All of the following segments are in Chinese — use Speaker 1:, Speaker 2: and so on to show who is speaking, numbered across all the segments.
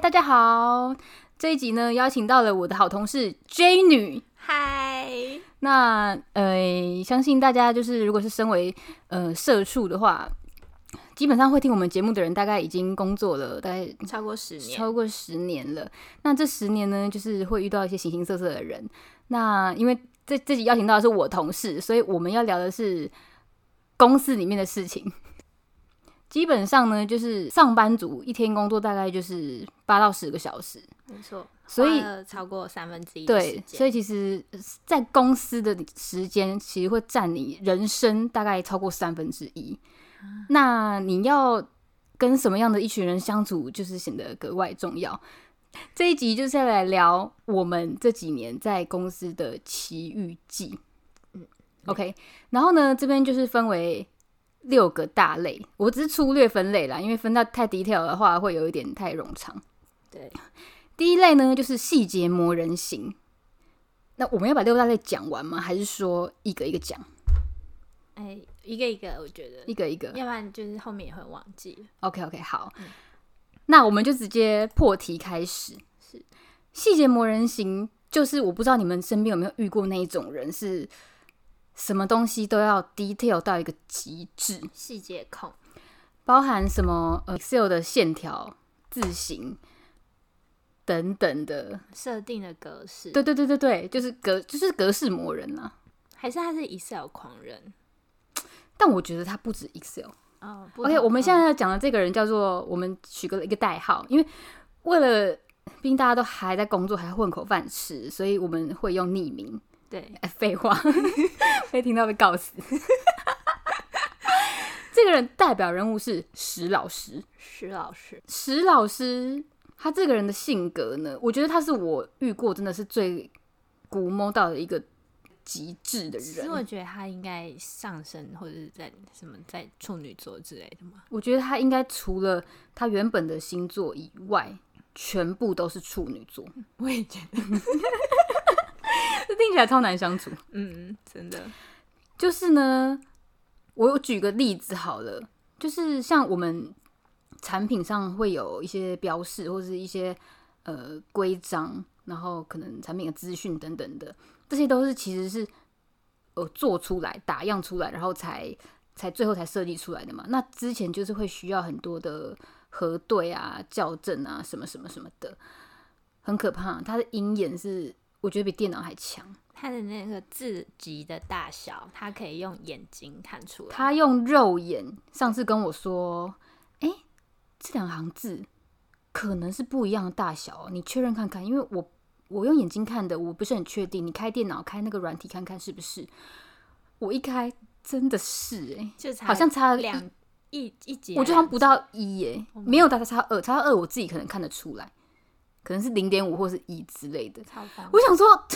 Speaker 1: 大家好，这一集呢邀请到了我的好同事 J 女。
Speaker 2: 嗨，
Speaker 1: 那呃，相信大家就是如果是身为呃社畜的话，基本上会听我们节目的人，大概已经工作了大概
Speaker 2: 超过十年，
Speaker 1: 超过十年了。那这十年呢，就是会遇到一些形形色色的人。那因为这这集邀请到的是我同事，所以我们要聊的是公司里面的事情。基本上呢，就是上班族一天工作大概就是八到十个小时，
Speaker 2: 没错，
Speaker 1: 所以
Speaker 2: 花了超过三分之一的时
Speaker 1: 对，
Speaker 2: 间
Speaker 1: 所以其实，在公司的时间其实会占你人生大概超过三分之一。
Speaker 2: 啊
Speaker 1: 那你要跟什么样的一群人相处，就是显得格外重要。这一集就是要来聊我们这几年在公司的奇遇记。嗯，OK。然后呢，这边就是分为六个大类，我只是粗略分类啦，因为分到太 detail 的话，会有一点太冗长。
Speaker 2: 对，
Speaker 1: 第一类呢，就是细节磨人型。那我们要把六大类讲完吗？还是说一个一个讲，
Speaker 2: 哎、一个一个，我觉得，
Speaker 1: 一个一个
Speaker 2: 要不然就是后面也会忘记。
Speaker 1: ？OK OK，好。那我们就直接破题开始。
Speaker 2: 是
Speaker 1: 细节磨人型，就是我不知道你们身边有没有遇过那一种人，是什么东西都要 detail 到一个极致，
Speaker 2: 细节控，
Speaker 1: 包含什么呃 Excel 的线条、字形等等的。
Speaker 2: 设定的格式，
Speaker 1: 对，对对对对，就是格就是格式磨人啊啦、
Speaker 2: 还是他是 Excel 狂人
Speaker 1: 但我觉得它不止 Excel。
Speaker 2: 哦。不
Speaker 1: OK，
Speaker 2: 同
Speaker 1: 我们现
Speaker 2: 嗯
Speaker 1: 在要讲的这个人叫做，我们取个一个代号，因为为了毕竟大家都还在工作，还混口饭吃，所以我们会用匿名。
Speaker 2: 对
Speaker 1: 哎废话， 被听到被告死。 这个人代表人物是石老师，
Speaker 2: 石老师，
Speaker 1: 石老师他这个人的性格呢，我觉得他是我遇过真的是最古摸到的一个极致的
Speaker 2: 其实
Speaker 1: 人。
Speaker 2: 我觉得他应该上升或者是在什么在处女座之类的嘛。
Speaker 1: 我觉得他应该除了他原本的星座以外，全部都是处女座，
Speaker 2: 我也觉得，
Speaker 1: 这听起来超难相处。
Speaker 2: 嗯，真的，
Speaker 1: 就是呢，我有举个例子好了，就是像我们产品上会有一些标示或是一些呃规章，然后可能产品的资讯等等的，这些都是其实是呃做出来、打样出来，然后才才最后才设计出来的嘛。那之前就是会需要很多的核对啊、校正啊、什么什么什么的，很可怕。它的鹰眼是我觉得比电脑还强。
Speaker 2: 他的那个字级的大小，他可以用眼睛看出来。
Speaker 1: 他用肉眼上次跟我说，哎、这两行字可能是不一样的大小、哦，你确认看看，因为我我用眼睛看的，我不是很确定。你开电脑开那个软体看看是不是？我一开真的是哎、
Speaker 2: 就才
Speaker 1: 好像差了一
Speaker 2: 两一一节，
Speaker 1: 我觉得好像不到一耶、
Speaker 2: Oh my
Speaker 1: 没有到差二，差二我自己可能看得出来，可能是零点五或是一之类的。
Speaker 2: 超方，
Speaker 1: 我想说，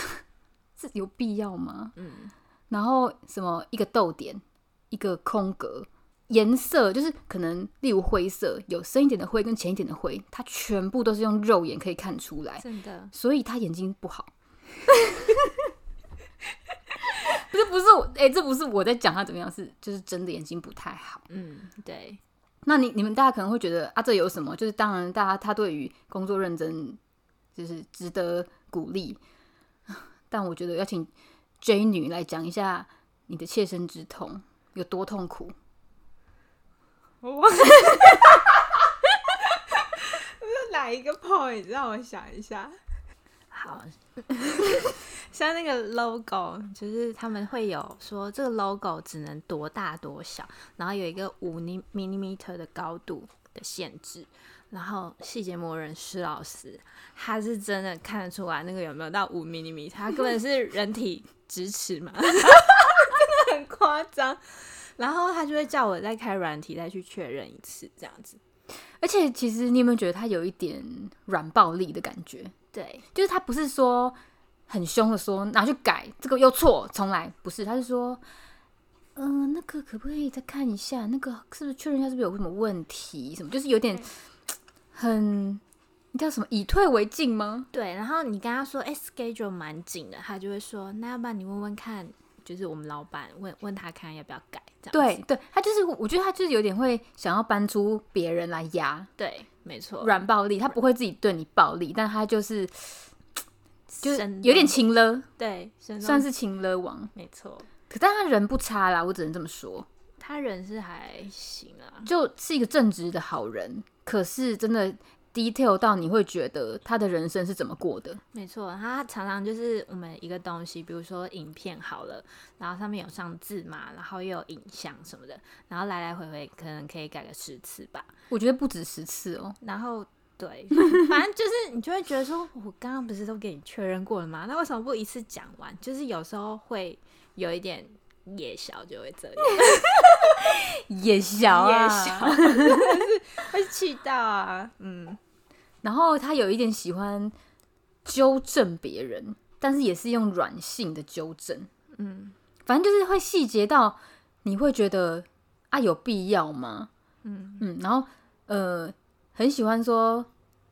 Speaker 1: 这有必要吗？
Speaker 2: 嗯，
Speaker 1: 然后什么一个逗点，一个空格，颜色就是可能例如灰色，有深一点的灰跟浅一点的灰，它全部都是用肉眼可以看出来，
Speaker 2: 真的
Speaker 1: 所以他眼睛不好。 不是不是我，哎、这不是我在讲他怎么样，是就是真的眼睛不太好。
Speaker 2: 嗯，对，
Speaker 1: 那你你们大家可能会觉得啊，这有什么？就是当然，大家他对于工作认真，就是值得鼓励。 但我觉得要请 J 女来讲一下你的切身之痛有多痛苦。
Speaker 3: 我是 哪一个 point？让我想一下，
Speaker 2: 好，像那个 logo，就是他们会有说这个 logo 只能多大多小，然后有一个五 m i l i m e t e 的高度的限制。然后细节魔人施老师，他是真的看得出来那个有没有到五 m i l i m e t e 他根本是人体直尺 嘛，真的很夸张。然后他就会叫我再开软体再去确认一次，这样子。
Speaker 1: 而且其实你有没有觉得他有一点软暴力的感觉？
Speaker 2: 对，
Speaker 1: 就是他不是说很凶的说拿去改，这个又错，重来，不是，他是说，嗯、那个可不可以再看一下，那个是不是确认一下是不是有什么问题，什么，就是有点
Speaker 2: 对
Speaker 1: 很，你叫什么以退为进吗？
Speaker 2: 对，然后你跟他说，哎、s c h e d u l e 蛮紧的，他就会说，那要不然你问问看，就是我们老板问问他看要不要改，这样
Speaker 1: 对
Speaker 2: 子
Speaker 1: 对，他就是，我觉得他就是有点会想要搬出别人来压，
Speaker 2: 对没错，
Speaker 1: 软暴力，他不会自己对你暴力，但他就是就是
Speaker 2: 神
Speaker 1: 有点
Speaker 2: 农
Speaker 1: 情了，
Speaker 2: 对，神农
Speaker 1: 算是情了王。
Speaker 2: 没错。
Speaker 1: 可但他人不差啦，我只能这么说，
Speaker 2: 他人是还行啊，
Speaker 1: 就是一个正直的好人。可是真的 detail 到你会觉得他的人生是怎么过的？
Speaker 2: 没错，它常常就是我们一个东西，比如说影片好了，然后上面有上字嘛，然后又有影像什么的，然后来来回回可能可以改个十次吧。
Speaker 1: 我觉得不止十次哦、
Speaker 2: 然后对，反正就是你就会觉得说，我刚刚不是都给你确认过了吗？那为什么不一次讲完？就是有时候会有一点夜宵就会 这样，
Speaker 1: 夜宵啊，
Speaker 2: 夜宵会气到啊，嗯，
Speaker 1: 然后他有一点喜欢纠正别人，但是也是用软性的纠正。嗯，反正就是会细节到你会觉得啊，有必要吗？嗯嗯，然后呃，很喜欢说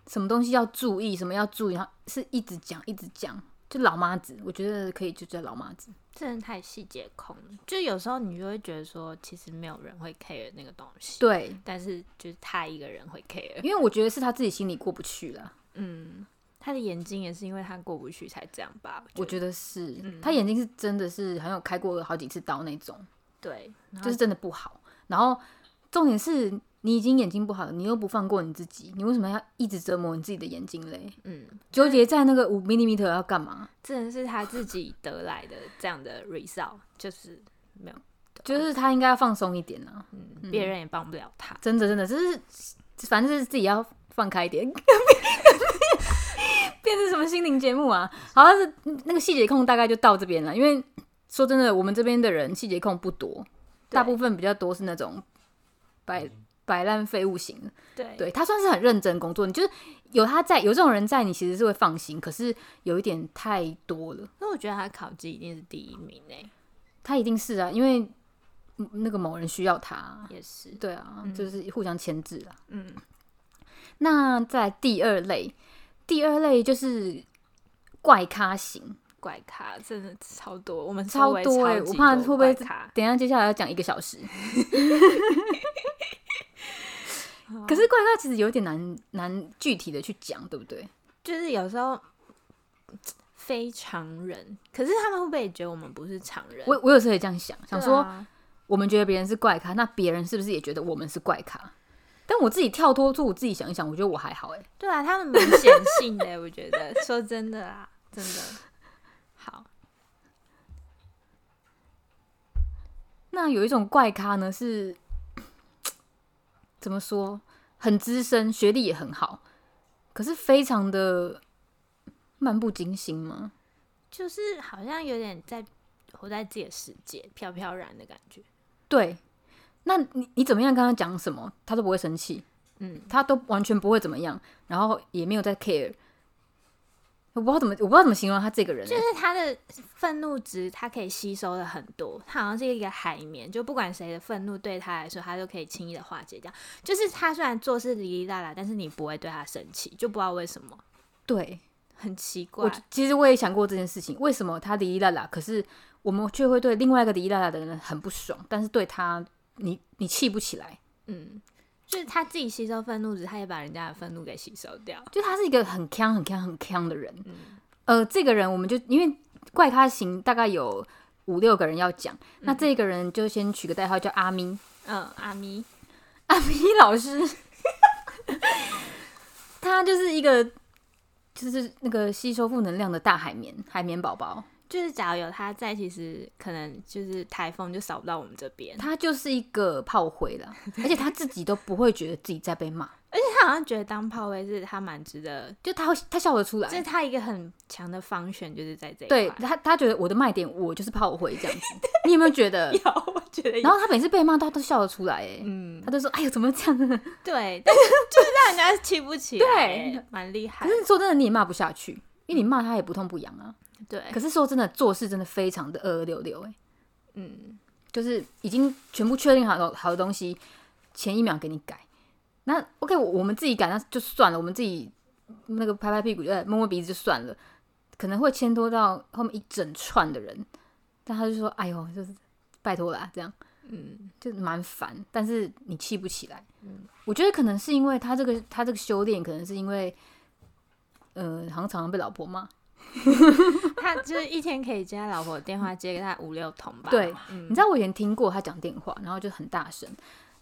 Speaker 1: 什么东西要注意，什么要注意，然后是一直讲一直讲，就老妈子，我觉得可以就叫老妈子。
Speaker 2: 真的太细节控了。就有时候你就会觉得说，其实没有人会 care 那个东西。
Speaker 1: 对，
Speaker 2: 但是就是他一个人会 care。
Speaker 1: 因为我觉得是他自己心里过不去了。
Speaker 2: 嗯，他的眼睛也是因为他过不去才这样吧？
Speaker 1: 我
Speaker 2: 得
Speaker 1: 觉得是、他眼睛是真的是很有开过好几次刀那种。
Speaker 2: 对，然后
Speaker 1: 就是真的不好。然后重点是你已经眼睛不好了，你又不放过你自己，你为什么要一直折磨你自己的眼睛嘞？
Speaker 2: 嗯，
Speaker 1: 纠结在那个五 millimeter 要干嘛？
Speaker 2: 真的是他自己得来的这样 的 result，就是没有，
Speaker 1: 就是他应该要放松一点啊！
Speaker 2: 嗯，别人也帮不了他。
Speaker 1: 真的真的，就是反正就是自己要放开一点。 变成什么心灵节目啊？好像是那个细节控大概就到这边了，因为说真的，我们这边的人细节控不多，
Speaker 2: 对
Speaker 1: 大部分比较多是那种摆摆烂废物型的。
Speaker 2: 对
Speaker 1: 对他算是很认真工作，你就是有他在，有这种人在，你其实是会放心。可是有一点太多了，
Speaker 2: 那我觉得他考绩一定是第一名欸诶、
Speaker 1: 他一定是啊，因为嗯那个某人需要他，
Speaker 2: 也是，
Speaker 1: 对啊，就是互相牵制啦。
Speaker 2: 嗯，
Speaker 1: 那在第二类，第二类就是怪咖型。
Speaker 2: 怪咖真的超多，我们
Speaker 1: 超
Speaker 2: 周围
Speaker 1: 多欸
Speaker 2: 超级
Speaker 1: 我怕
Speaker 2: 多
Speaker 1: 会不会
Speaker 2: 怪咖？
Speaker 1: 等一下接下来要讲一个小 时， 可是怪咖其实有点难难具体的去讲，对不对？
Speaker 2: 就是有时候。非常人，可是他们会不会也觉得我们不是常人？
Speaker 1: 我我有时候也这样想，想
Speaker 2: 对
Speaker 1: 说、
Speaker 2: 啊
Speaker 1: 我们觉得别人是怪咖，那别人是不是也觉得我们是怪咖？但我自己跳脱出我自己想一想，我觉得我还好哎、
Speaker 2: 对啊，他们蛮显性的， 我觉得。说真的啊，真的。 好，
Speaker 1: 那有一种怪咖呢，是 怎么说？很资深，学历也很好，可是非常的漫不经心吗？
Speaker 2: 就是好像有点在活在自己的世界，飘飘然的感觉。
Speaker 1: 对，那你你怎么样跟他讲什么，他都不会生气，
Speaker 2: 嗯，
Speaker 1: 他都完全不会怎么样，然后也没有在 care。我不知道怎么，我不知道怎么形容他这个人欸、
Speaker 2: 就是他的愤怒值，他可以吸收的很多，他好像是一个海绵，就不管谁的愤怒对他来说，他都可以轻易的化解掉。就是他虽然做事哩哩啦啦，但是你不会对他生气，就不知道为什么，
Speaker 1: 对，
Speaker 2: 很奇
Speaker 1: 我
Speaker 2: 怪。
Speaker 1: 其实我也想过这件事情，为什么他迪丽拉拉，可是我们却会对另外一个迪丽拉拉的人很不爽，但是对他，你你气不起来，
Speaker 2: 嗯，就是他自己吸收愤怒值，他也把人家的愤怒给吸收掉。
Speaker 1: 就他是一个很强、很强、很强的人。呃，这个人我们就因为怪咖型大概有五六个人要讲，那这个人就先取个代号叫阿咪，
Speaker 2: 嗯，阿咪，
Speaker 1: 阿咪老师， 他就是一个就是那个吸收负能量的大海绵海绵宝宝。
Speaker 2: 就是假如有他在，其实可能就是台风就扫不到我们这边。
Speaker 1: 他就是一个炮灰啦， 而且他自己都不会觉得自己在被骂，
Speaker 2: 他好像觉得当炮灰是他蛮值得，
Speaker 1: 就他会他笑得出
Speaker 2: 这是
Speaker 1: 来，
Speaker 2: 他一个很强的方选，就是在这一
Speaker 1: 对
Speaker 2: 块。
Speaker 1: 他他觉得我的卖点我就是炮灰这样子，你有没有觉得？
Speaker 2: 有，我觉得有
Speaker 1: 然后他每次被骂到都笑得出来，哎、
Speaker 2: 嗯，
Speaker 1: 他就说哎呦怎么这样？可
Speaker 2: 对，但是就是让人家气不起来，
Speaker 1: 对，
Speaker 2: 蛮厉害。
Speaker 1: 是说真的你也骂不下去，因为你骂他也不痛不痒啊。
Speaker 2: 对，
Speaker 1: 可是说真的做事真的非常的二二六六，哎，
Speaker 2: 嗯，
Speaker 1: 就是已经全部确定好的好的东西，前一秒给你改。那 OK，我我们自己改那就算了，我们自己那个拍拍屁股，呃，摸摸鼻子就算了，可能会牵拖到后面一整串的人。但他就说：“哎呦，就是拜托啦，这样。”
Speaker 2: 嗯，
Speaker 1: 就蛮烦，但是你气不起来。我觉得可能是因为他这个他这个修炼，可能是因为，呃，好像常常被老婆骂。
Speaker 2: 他就是一天可以接他老婆的电话，接给他五六通吧。
Speaker 1: 对，
Speaker 2: 嗯
Speaker 1: 你知道我以前听过他讲电话，然后就很大声。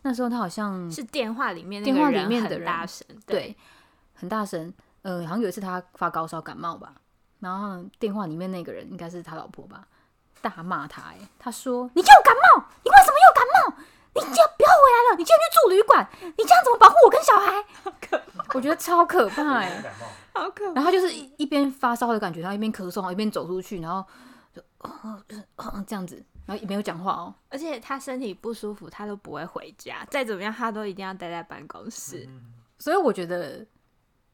Speaker 1: 那时候他好像
Speaker 2: 是电话里面那
Speaker 1: 电
Speaker 2: 个
Speaker 1: 话里
Speaker 2: 人
Speaker 1: 面的
Speaker 2: 很
Speaker 1: 人
Speaker 2: 大声，
Speaker 1: 对，很大声。呃，好像有一次他发高烧感冒吧，然后电话里面那个人应该是他老婆吧，大骂他、欸。他说：“你又感冒，你为什么又感冒？你就不要回来了，你就去住旅馆，你这样怎么保护我跟小孩？”我觉得超可怕哎、
Speaker 4: 感冒，
Speaker 3: 好可
Speaker 1: 然后他就是一一边发烧的感觉，然后一边咳嗽，然后一边走出去，然后就、哦哦哦、这样子，然后也没有讲话哦。
Speaker 2: 而且他身体不舒服，他都不会回家，再怎么样他都一定要待在办公室。
Speaker 4: 嗯
Speaker 1: 所以我觉得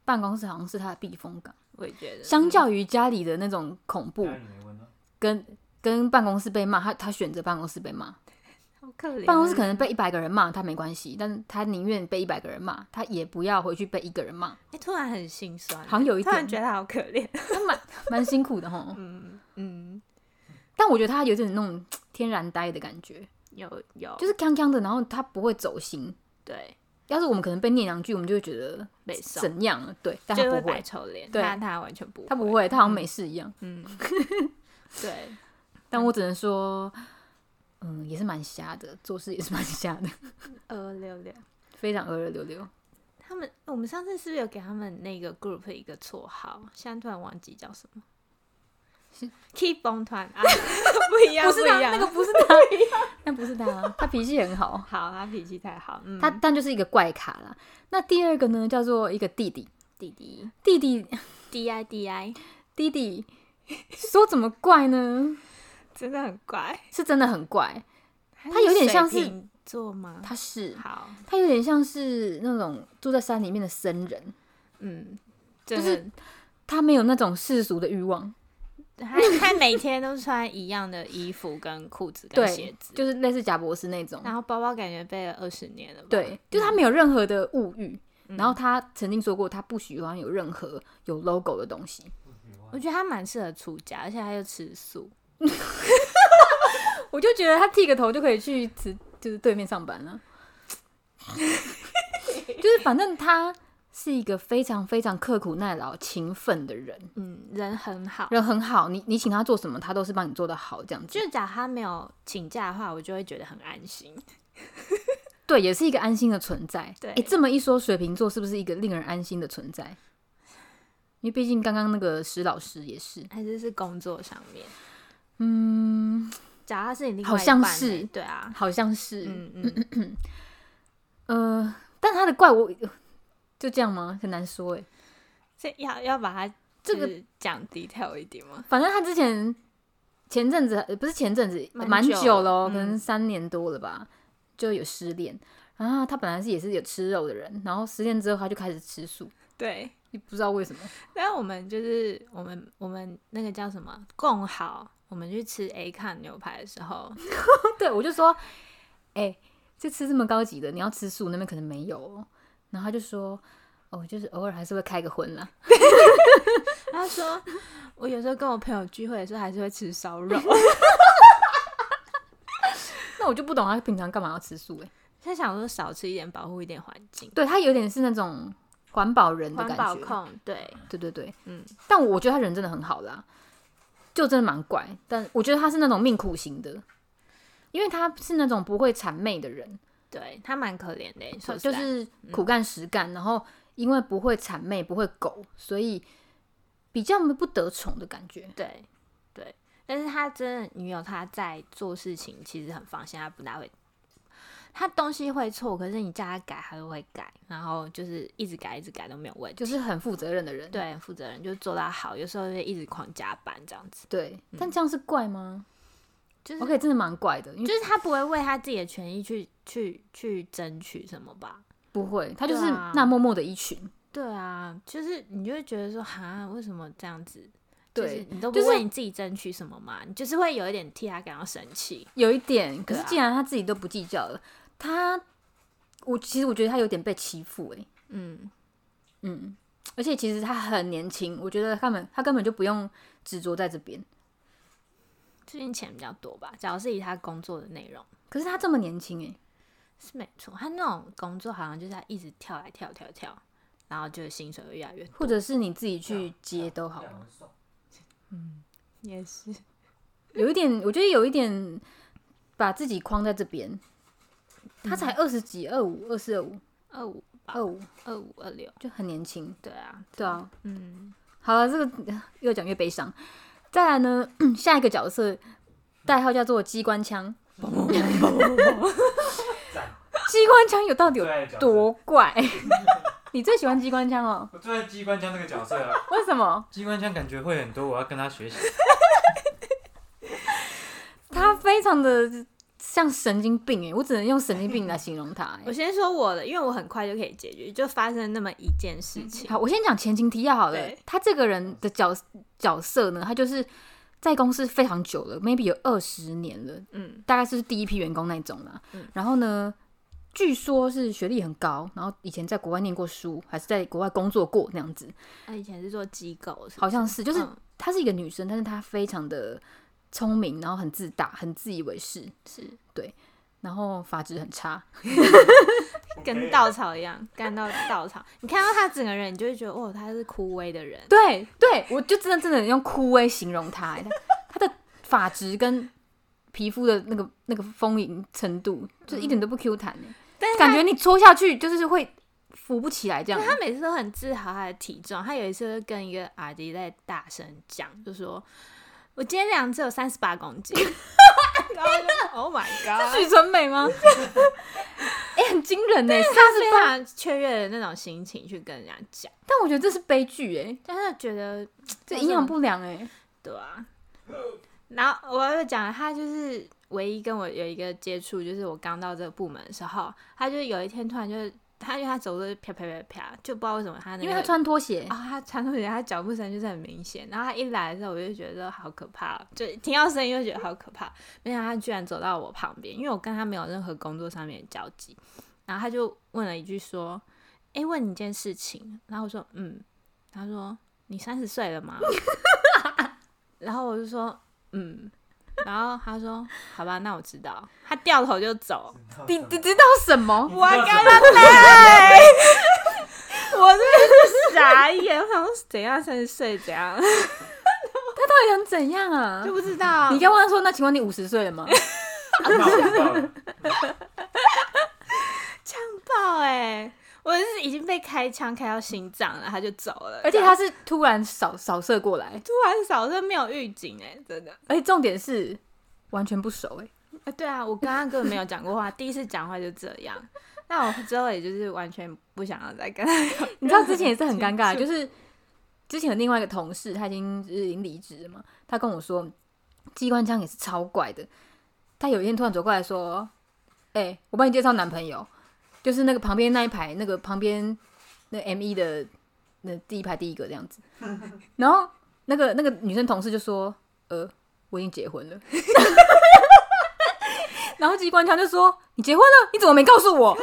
Speaker 1: 办公室好像是他的避风港，
Speaker 2: 我也觉得，
Speaker 1: 相较于家里的那种恐怖
Speaker 4: 家里没啊温暖，
Speaker 1: 跟跟办公室被骂，他他选择办公室被骂。
Speaker 2: 好可怜啊，
Speaker 1: 办公室可能被一百个人骂他没关系，但是他宁愿被一百个人骂，他也不要回去被一个人骂，
Speaker 2: 哎突然很心酸，欸
Speaker 1: 好像有一
Speaker 2: 突然
Speaker 1: 点
Speaker 2: 觉得他好可怜。
Speaker 1: 蛮蛮辛苦的哈。
Speaker 2: 嗯嗯，
Speaker 1: 但我觉得他有点那种天然呆的感觉，
Speaker 2: 有有，
Speaker 1: 就是康康的，然后他不会走心。
Speaker 2: 对，
Speaker 1: 要是我们可能被念两句，我们就会觉得
Speaker 2: 被送
Speaker 1: 怎样了，对，但他
Speaker 2: 就会
Speaker 1: 不
Speaker 2: 摆
Speaker 1: 会，
Speaker 2: 臭脸，
Speaker 1: 对
Speaker 2: 他他完全不，
Speaker 1: 他不，会，他好像没事一样。
Speaker 2: 嗯，对，
Speaker 1: 但我只能说，嗯，也是蛮瞎的，做事也是蛮瞎的，
Speaker 2: 二六六。
Speaker 1: 非常二二六六。
Speaker 2: 他们，我们上次是不是有给他们那个 group 一个绰号？现在突然忘记叫什 么
Speaker 1: 是
Speaker 2: ，Keep on 团啊，
Speaker 3: 不一样，
Speaker 1: 不是
Speaker 3: 一
Speaker 1: 他，
Speaker 3: 样
Speaker 1: 那。个不是他， 那不是他，他脾气很好。
Speaker 2: 好，他脾气太好，嗯，
Speaker 1: 他但就是一个怪咖啦。那第二个呢，叫做一个弟弟，
Speaker 2: 弟弟
Speaker 1: 弟弟，
Speaker 2: D I D I
Speaker 1: 弟弟，说怎么怪呢？
Speaker 2: 真的很怪，
Speaker 1: 是真的很怪，
Speaker 2: 他
Speaker 1: 有点像是
Speaker 2: 做吗？
Speaker 1: 他是
Speaker 2: 好，
Speaker 1: 他有点像是那种住在山里面的僧人，
Speaker 2: 嗯，
Speaker 1: 就
Speaker 2: 就是是
Speaker 1: 他没有那种世俗的欲望，
Speaker 2: 他他每天都穿一样的衣服、跟裤子、跟鞋
Speaker 1: 对，
Speaker 2: 子，
Speaker 1: 就是类似贾博士那种，
Speaker 2: 然后包包感觉背了二十年了吧，嗯
Speaker 1: 对，就是他没有任何的物欲。然后他曾经说过，他不喜欢有任何有 logo 的东西。
Speaker 4: 不喜
Speaker 2: 我
Speaker 4: 欢，
Speaker 2: 觉得他蛮适合出家，而且他又吃素，
Speaker 1: 我就觉得他剃个头就可以去辞，就是对面上班 了。就是反正他是一个非常非常刻苦耐劳、勤奋的人，
Speaker 2: 嗯，人很好。
Speaker 1: 人很好。你你请他做什么，他都是帮你做的好，这样子
Speaker 2: 就。假如他没有请假的话，我就会觉得很安心。
Speaker 1: 对，也是一个安心的存在。
Speaker 2: 对
Speaker 1: 诶这么一说，水瓶座是不是一个令人安心的存在？因为毕竟刚刚那个石老师也是，
Speaker 2: 还是是工作上面，
Speaker 1: 嗯，
Speaker 2: 假如他是你另外
Speaker 1: 好
Speaker 2: 一
Speaker 1: 像
Speaker 2: 半
Speaker 1: 是
Speaker 2: 欸对啊，
Speaker 1: 好像是，
Speaker 2: 嗯嗯，
Speaker 1: 呃，但他的怪我就这样吗？很难说哎、
Speaker 2: 这要要把它
Speaker 1: 这
Speaker 2: 就
Speaker 1: 个
Speaker 2: 是讲 detail 一点吗？
Speaker 1: 反正他之前前阵子呃不是前阵子
Speaker 2: 蛮
Speaker 1: 蛮
Speaker 2: 久
Speaker 1: 久了
Speaker 2: 了
Speaker 1: 哦，
Speaker 2: 嗯
Speaker 1: 可能三年多了吧，就有失恋。然后他本来是也是有吃肉的人，然后失恋之后他就开始吃素，
Speaker 2: 对，
Speaker 1: 也不知道为什么。
Speaker 2: 但我们就是我们我们那个叫什么共好，我们去吃 A 看牛排的 时候，
Speaker 1: 对我就说，哎、就吃这么高级的，你要吃素那边可能没有、哦。然后他就说，哦，就是偶尔还是会开个荤啦。
Speaker 2: 他说我有时候跟我朋友聚会的时候还是会吃烧 肉，
Speaker 1: 那我就不懂他平常干嘛要吃素哎、
Speaker 2: 他想说少吃一点，保护一点环境，
Speaker 1: 对他有点是那种环保人的
Speaker 2: 环
Speaker 1: 感
Speaker 2: 保
Speaker 1: 觉，
Speaker 2: 控，对，
Speaker 1: 对对对。
Speaker 2: 嗯，
Speaker 1: 但我觉得他人真的很好啦，就真的蛮怪。但我觉得他是那种命苦型的，因为他是那种不会谄媚的人，
Speaker 2: 对他蛮可怜的欸，说实
Speaker 1: 哦就
Speaker 2: 在
Speaker 1: 是苦干实干，然后因为不会谄媚，不会狗，所以比较不得宠的感觉。
Speaker 2: 对对，但是他真的女友，她在做事情其实很放心，她不大会，她东西会错，可是你叫她改，她都会改，然后就是一直改一直改都没有问题，
Speaker 1: 就是很负责任的人，
Speaker 2: 对负责任就做到好，有时候就一直狂加班这样子，
Speaker 1: 对但这样是怪吗？
Speaker 2: 嗯就是
Speaker 1: OK，真的蛮怪的，因
Speaker 2: 就
Speaker 1: 为
Speaker 2: 是她不会为她自己的权益去去去争取什么吧。
Speaker 1: 不会，他就是
Speaker 2: 对啊
Speaker 1: 那默默的一群，
Speaker 2: 对啊，就是你就会觉得说，哈，为什么这样子？就是
Speaker 1: 对
Speaker 2: 你都不
Speaker 1: 就是
Speaker 2: 为你自己争取什么嘛，你就是会有一点替她感到生气。
Speaker 1: 有一点。可
Speaker 2: 对啊
Speaker 1: 是既然他自己都不计较了，他我其实我觉得他有点被欺负诶、欸
Speaker 2: 嗯，
Speaker 1: 嗯，而且其实他很年轻，我觉得他们他根本就不用执着在这边。
Speaker 2: 最近钱比较多吧。假如是以他工作的内容
Speaker 1: 可是他这么年轻欸诶、
Speaker 2: 是没错，他那种工作好像就是他一直跳来跳跳跳，然后就薪水会越来越多。
Speaker 1: 或者是你自己去接都好，
Speaker 3: 也是，
Speaker 1: 有一点，我觉得有一点把自己框在这边。他才二十几，二五、二四、二五、
Speaker 2: 二五吧，
Speaker 1: 二五，
Speaker 2: 二五二六，
Speaker 1: 就很年轻。
Speaker 2: 对啊，
Speaker 1: 对啊，
Speaker 2: 嗯，
Speaker 1: 好了，这个越讲越悲伤。再来呢，下一个角色代号叫做机关枪。机关枪有到底有
Speaker 4: 最爱的角色
Speaker 1: 多 怪？你最喜欢机关枪哦？
Speaker 4: 我最爱机关枪这个角色 了。
Speaker 1: 为什么？
Speaker 4: 机关枪感觉会很多，我要跟他学习。
Speaker 1: 他非常的像神经病欸诶，我只能用神经病来形容欸他
Speaker 2: 我
Speaker 1: 诶。
Speaker 2: 先说我的，因为我很快就可以解决，就发生了那么一件事情。
Speaker 1: 好，我先讲前情提要好了
Speaker 2: 对。
Speaker 1: 他这个人的角角色呢，他就是在公司非常久了，maybe 有二十年了，
Speaker 2: 嗯，
Speaker 1: 大概是第一批员工那种啦。
Speaker 2: 嗯
Speaker 1: 然后呢，据说是学历很高，然后以前在国外念过书，还是在国外工作过那样子，
Speaker 2: 他以前是做机构是不是，
Speaker 1: 好像是。就是
Speaker 2: 嗯
Speaker 1: 她是一个女生，但是她非常的聪明，然后很自大，很自以为是，
Speaker 2: 是
Speaker 1: 然后发质很差。
Speaker 2: 跟稻草一样，干到稻草。你看到他整个人，你就会觉得，哦，他是枯萎的人。
Speaker 1: 对对，我就真的真的用枯萎形容她、 欸，她她的发质跟皮肤的那个那个丰盈程度，就一点都不 Q 弹、欸
Speaker 2: 但是他
Speaker 1: 感觉你戳下去就是会扶不起来这样。
Speaker 2: 他每次都很自豪他的体重。他有一次就跟一个阿迪在大声讲，就说：“我今天量只有三十八公斤。” 然后就 Oh my God！
Speaker 1: 许纯美吗？哎、很惊人 呢、欸，三
Speaker 2: 他
Speaker 1: 十
Speaker 2: 非
Speaker 1: 八。
Speaker 2: 常雀跃的那种心情去跟人家讲，
Speaker 1: 但我觉得这是悲剧哎、
Speaker 2: 但是觉得
Speaker 1: 这营养不良哎、
Speaker 2: 对啊。然后我要讲，他就是唯一跟我有一个接触，就是我刚到这个部门的时候，他就有一天突然就是他因为他走路啪啪啪啪，就不知道为什么他那个
Speaker 1: 因为他穿拖鞋，
Speaker 2: 啊、他穿拖鞋，他脚步声就是很明显。然后他一来的时候，我就觉得好可怕哦，就听到声音就觉得好可怕。没想到他居然走到我旁边，因为我跟他没有任何工作上面的交集。然后他就问了一句说：“诶，问你一件事情。”然后我说：“嗯。”他说：“你三十岁了吗？” 然后我就说：“嗯。”然后他说：“好吧，那我知道。”他掉头就走。
Speaker 4: 啊
Speaker 1: 你你知道什么？
Speaker 4: 我刚刚
Speaker 2: 我真的是傻眼，我想说怎样三十岁怎样
Speaker 1: 到 底想怎样啊
Speaker 2: 就？不知道啊。
Speaker 1: 你刚问他说，那请问你五十岁了 吗？
Speaker 2: 呛爆哎、我是已经被开枪开到心脏了，他就走了，
Speaker 1: 而且他是突然扫扫射过来，
Speaker 2: 突然扫射没有预警哎、真的。
Speaker 1: 而且重点是完全不熟哎、
Speaker 2: 啊，对啊，我刚刚根本没有讲过话，第一次讲话就这样。那我之后也就是完全不想要再跟 他有。
Speaker 1: 你知道之前也是很尴尬，就是之前有另外一个同事，他已经就是已经离职了嘛，他跟我说机关枪也是超怪的。他有一天突然走过来说：“哎、我帮你介绍男朋友，就是那个旁边那一排，那个旁边那 M 一的那第一排第一个这样子。”然后那个那个女生同事就说：“呃，我已经结婚了。” 然后机关枪就说：“你结婚了？你怎么没告诉我？”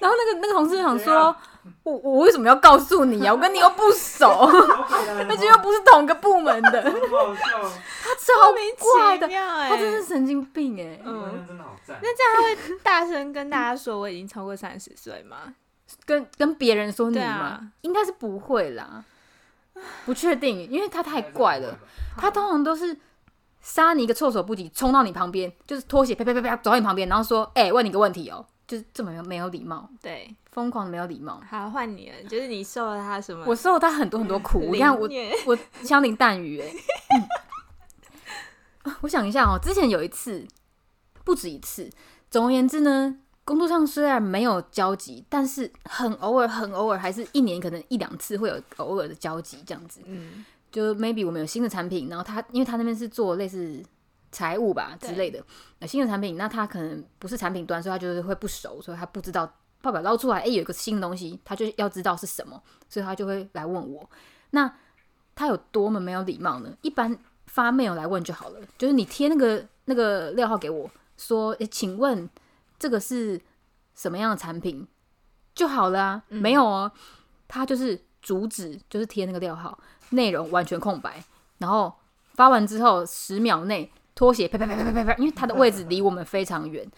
Speaker 1: 然后那个那个同事就想
Speaker 4: 怎
Speaker 1: 说
Speaker 4: 样：“
Speaker 1: 我我为什么要告诉你啊？我跟你又不熟， 而且又不是同个部门的， 他
Speaker 4: 很好笑，
Speaker 1: 超怪的，
Speaker 2: 他
Speaker 1: 他真是神经病哎、
Speaker 4: 嗯，真的好赞。
Speaker 2: 那这样他会大声跟大家说我已经超过三十岁吗？
Speaker 1: 跟跟别人说你
Speaker 2: 对
Speaker 1: 嘛，
Speaker 2: 啊
Speaker 1: 应该是不会啦，不确定，因为他太怪了，他
Speaker 2: 哦
Speaker 1: 通常都是。”杀你一个措手不及，冲到你旁边，就是拖鞋啪啪啪啪走到你旁边，然后说：“哎、问你个问题哦、就是这么没有没有礼貌，
Speaker 2: 对，
Speaker 1: 疯狂的没有礼貌。
Speaker 2: 好换你了，就是你受了他什么？
Speaker 1: 我受了他很多很多苦，我跟你看我
Speaker 2: 凌虐
Speaker 1: 我枪林弹雨哎、嗯我想一下哦，之前有一次，不止一次。总而言之呢，工作上虽然没有交集，但是很偶尔、很偶尔，还是一年可能一两次会有偶尔的交集这样子。
Speaker 2: 嗯，
Speaker 1: 就 maybe 我们有新的产品，然后他因为他那边是做类似财务吧之类的，呃新的产品，那他可能不是产品端，所以他就是会不熟，所以他不知道报表捞出来，哎、有一个新的东西，他就要知道是什么，所以他就会来问我。那他有多么没有礼貌呢？一般发 mail 来问就好了，就是你贴那个那个料号给我说，诶请问这个是什么样的产品就好了、啊，没有哦，他就是主旨就是贴那个料号，内容完全空白，然后发完之后十秒内拖鞋啪啪啪啪啪啪啪，因为它的位置离我们非常远，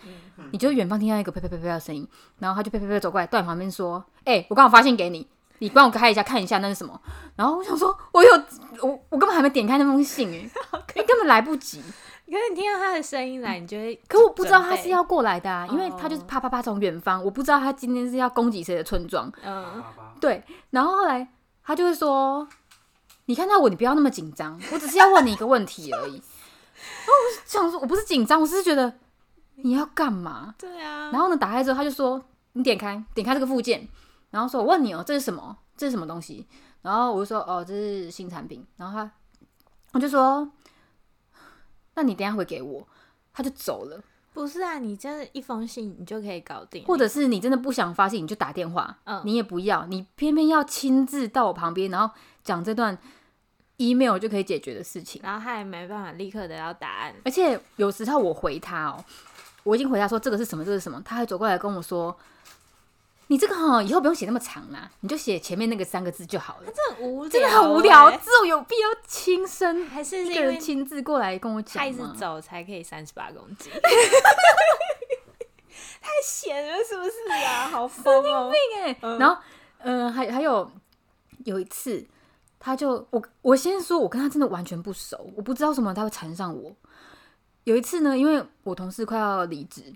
Speaker 1: 你就远方听到一个啪啪啪啪的声音，然后他就啪啪啪走过来，到你旁边说：“哎、我刚好发信给你，你帮我开一下看一下那是什么。”然后我想说，我有我我根本还没点开那封信 哎、欸根本来不及。
Speaker 2: 可是你听到他的声音来，你就会准备，哦
Speaker 1: 可我不知道他是要过来的啊，
Speaker 2: 准
Speaker 1: 因
Speaker 2: 备
Speaker 1: 为他就是啪啪啪从远方，我不知道他今天是要攻击谁的村庄。
Speaker 2: 嗯，
Speaker 1: 对，然后后来他就会说：“你看到我，你不要那么紧张，我只是要问你一个问题而已。”然后我就想说，我不是紧张，我只是觉得你要干嘛？
Speaker 2: 对啊，
Speaker 1: 然后呢，打开之后他就说：“嗯你点开，点开这个附件。”然后说：“我问你哦，这是什么？这是什么东西？”然后我就说：“哦，这是新产品。”然后他我就说：“那你等一下回给我。”他就走了，
Speaker 2: 不是啊，你真的一封信你就可以搞定，
Speaker 1: 或者是你真的不想发信，你就打电话，
Speaker 2: 嗯
Speaker 1: 你也不要，你偏偏要亲自到我旁边，然后讲这段 email 就可以解决的事情。
Speaker 2: 然后他也没办法立刻得到答案，
Speaker 1: 而且有时候我回他哦，我已经回他说这个是什么，这个是什么，他还走过来跟我说，你这个哈、以后不用写那么长啦，你就写前面那个三个字就好了。
Speaker 2: 这很无 聊、
Speaker 1: 真的很无聊，
Speaker 2: 欸
Speaker 1: 这种有必要亲身
Speaker 2: 还是是
Speaker 1: 一个
Speaker 2: 因为
Speaker 1: 人亲自过来跟我讲
Speaker 2: 他一直
Speaker 1: 吗？
Speaker 2: 走才可以三十八公 斤，
Speaker 3: 闲了是不是啊？好疯哦！
Speaker 1: 对
Speaker 3: 嗯
Speaker 1: 欸然后，嗯、还还有有一次，他就我我先说，我跟他真的完全不熟，我不知道为什么他会缠上我。有一次呢，因为我同事快要离职，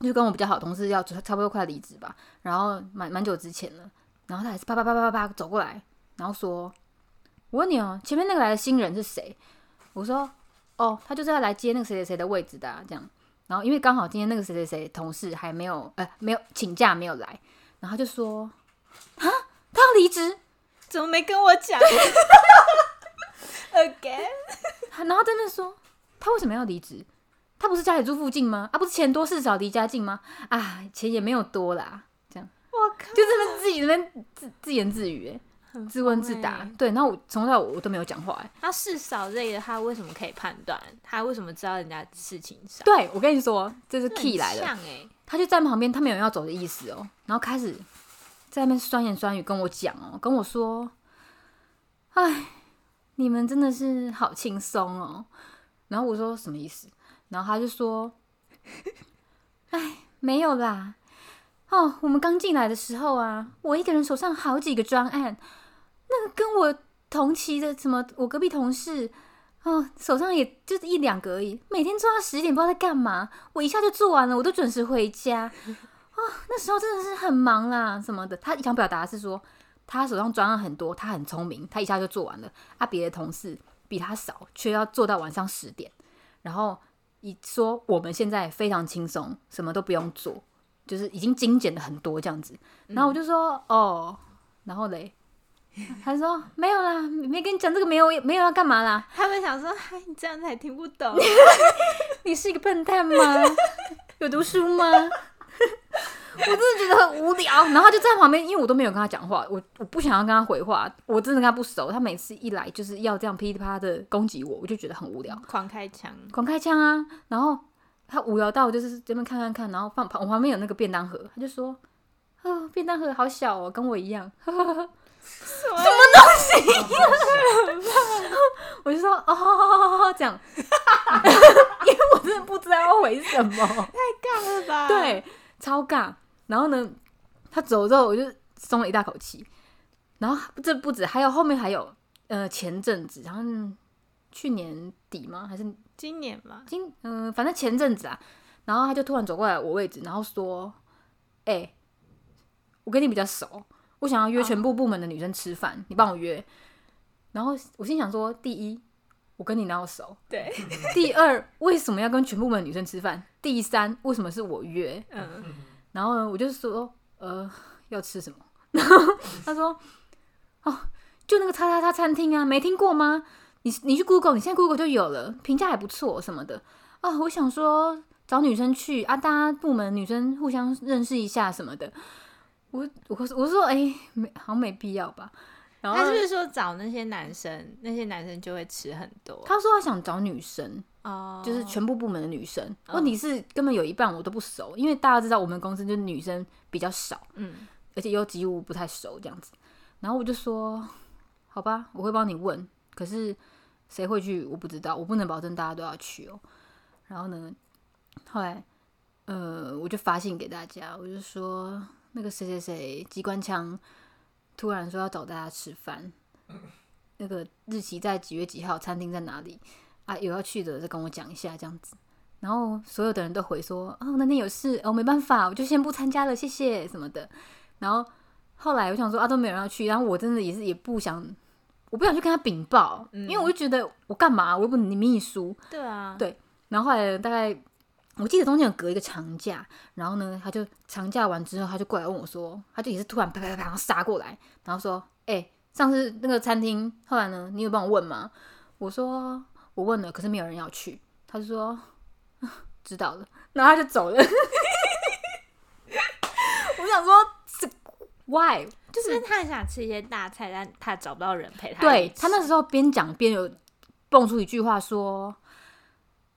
Speaker 1: 就跟我比较好的同事要差不多快离职吧，然后蛮蛮久之前了，然后他还是啪啪啪啪啪啪走过来，然后说：“我问你哦，前面那个来的新人是谁？”我说：“哦，他就是要来接那个谁谁谁的位置的、啊。”这样，然后因为刚好今天那个谁谁谁同事还没有呃没有请假没有来，然后他就说：“啊，他要离职。
Speaker 2: 怎么没跟我讲 ？Again，”
Speaker 1: 然后真的说：“他为什么要离职？他不是家里住附近吗？啊，不是钱多事少离家近吗？啊，钱也没有多啦。”这样
Speaker 2: 我靠，
Speaker 1: 就这边自己这边自自言自语、欸，
Speaker 2: 很
Speaker 1: 自问自答
Speaker 2: 疯欸。
Speaker 1: 对，然后我从头到尾我都没有讲话、欸。
Speaker 2: 他事少类的，他为什么可以判断？他为什么知道人家事情少？
Speaker 1: 对，我跟你说，这是
Speaker 2: 这很
Speaker 1: key 来了。
Speaker 2: 像哎、
Speaker 1: 他就站旁边，他没有要走的意思哦，然后开始在那边酸言酸语跟我讲哦，跟我说：“哎，你们真的是好轻松哦。”然后我说什么意思？然后他就说：“ 哎，没有啦。哦，我们刚进来的时候啊，我一个人手上好几个专案，那个跟我同期的什么我隔壁同事。”哦，手上也就是一两个而已，每天做到十点不知道在干嘛，我一下就做完了，我都准时回家。啊、那时候真的是很忙啦，什么的。他想表达的是说，他手上专案很多，他很聪明，他一下就做完了。啊，别的同事比他少，却要做到晚上十点。然后一说我们现在非常轻松，什么都不用做，就是已经精简了很多这样子。然后我就说、哦，然后嘞，他说没有啦，没跟你讲这个没有没有要干嘛啦。
Speaker 2: 他们想说， 哎，你这样子还听不懂，
Speaker 1: 你是一个笨蛋 吗？有读书 吗？我真的觉得很无聊，然后他就站旁边，因为我都没有跟他讲话，我我不想要跟他回话，我真的跟他不熟。他每次一来就是要这样噼里啪啦的攻击我，我就觉得很无聊，
Speaker 2: 狂开枪，
Speaker 1: 狂开枪啊！然后他无聊到就是这边看看看，然后放旁我旁边有那个便当盒，他就说：“哦，便当盒好小哦，跟我一样。”
Speaker 2: 什么？
Speaker 1: 我就说：“哦，这样。” 因为我真的不知道要回什么。
Speaker 3: 干了吧？，
Speaker 1: 对，超尬。然后呢，他走之后，我就松了一大口气。然后这不止，还有后面还有，呃，前阵子，然后嗯去年底吗？还是
Speaker 2: 今年嘛，
Speaker 1: 今嗯、反正前阵子啊，然后他就突然走过来我位置，然后说：“哎、我跟你比较熟，我想要约全部部门的女生吃饭，你帮我约。”然后我心想说：第一，我跟你哪有熟？
Speaker 2: 对。
Speaker 1: 第二，为什么要跟全部部门的女生吃饭？第三，为什么是我约？
Speaker 2: 嗯，
Speaker 1: 然后呢，我就说，呃，要吃什么？ 然后他说，哦，就那个叉叉叉餐厅啊，没听过吗？你你去 Google，你现在 Google 就有了，评价还不错什么的。哦，我想说找女生去啊，大家部门女生互相认识一下什么的。我我我说，哎、没好像没必要吧。然后
Speaker 2: 他是不是说找那些男生，那些男生就会吃很多？
Speaker 1: 他说他想找女生，
Speaker 2: 哦，
Speaker 1: 就是全部部门的女生。
Speaker 2: 哦
Speaker 1: 问题是根本有一半我都不熟，因为大家知道我们公司就是女生比较少。
Speaker 2: 嗯，
Speaker 1: 而且又几乎不太熟这样子。然后我就说，好吧，我会帮你问，可是谁会去我不知道，我不能保证大家都要去哦。然后呢，后来呃，我就发信给大家，我就说那个谁谁谁机关枪突然说要找大家吃饭，那个日期在几月几号，餐厅在哪里啊？有要去的再跟我讲一下这样子。然后所有的人都回说：“哦，那天有事，哦，没办法，我就先不参加了，谢谢什么的。”然后后来我想说啊，都没有人要去，然后我真的也是也不想，我不想去跟他禀报，因为我就觉得我干嘛，我又不能秘书。
Speaker 2: 对啊，
Speaker 1: 对然后后来大概我记得中间有隔一个长假，然后呢，他就长假完之后，他就过来问我说，他就也是突然啪啪啪啪然后杀过来，然后说：“哎、上次那个餐厅，后来呢，你有帮我问吗？”我说：“我问了，可是没有人要去。”他就说：“ 知道了。”然后他就走了。 我想说，这 why
Speaker 2: 就是他很想吃一些大菜，但他找不到人陪他。
Speaker 1: 对他那时候边讲边有蹦出一句话说：“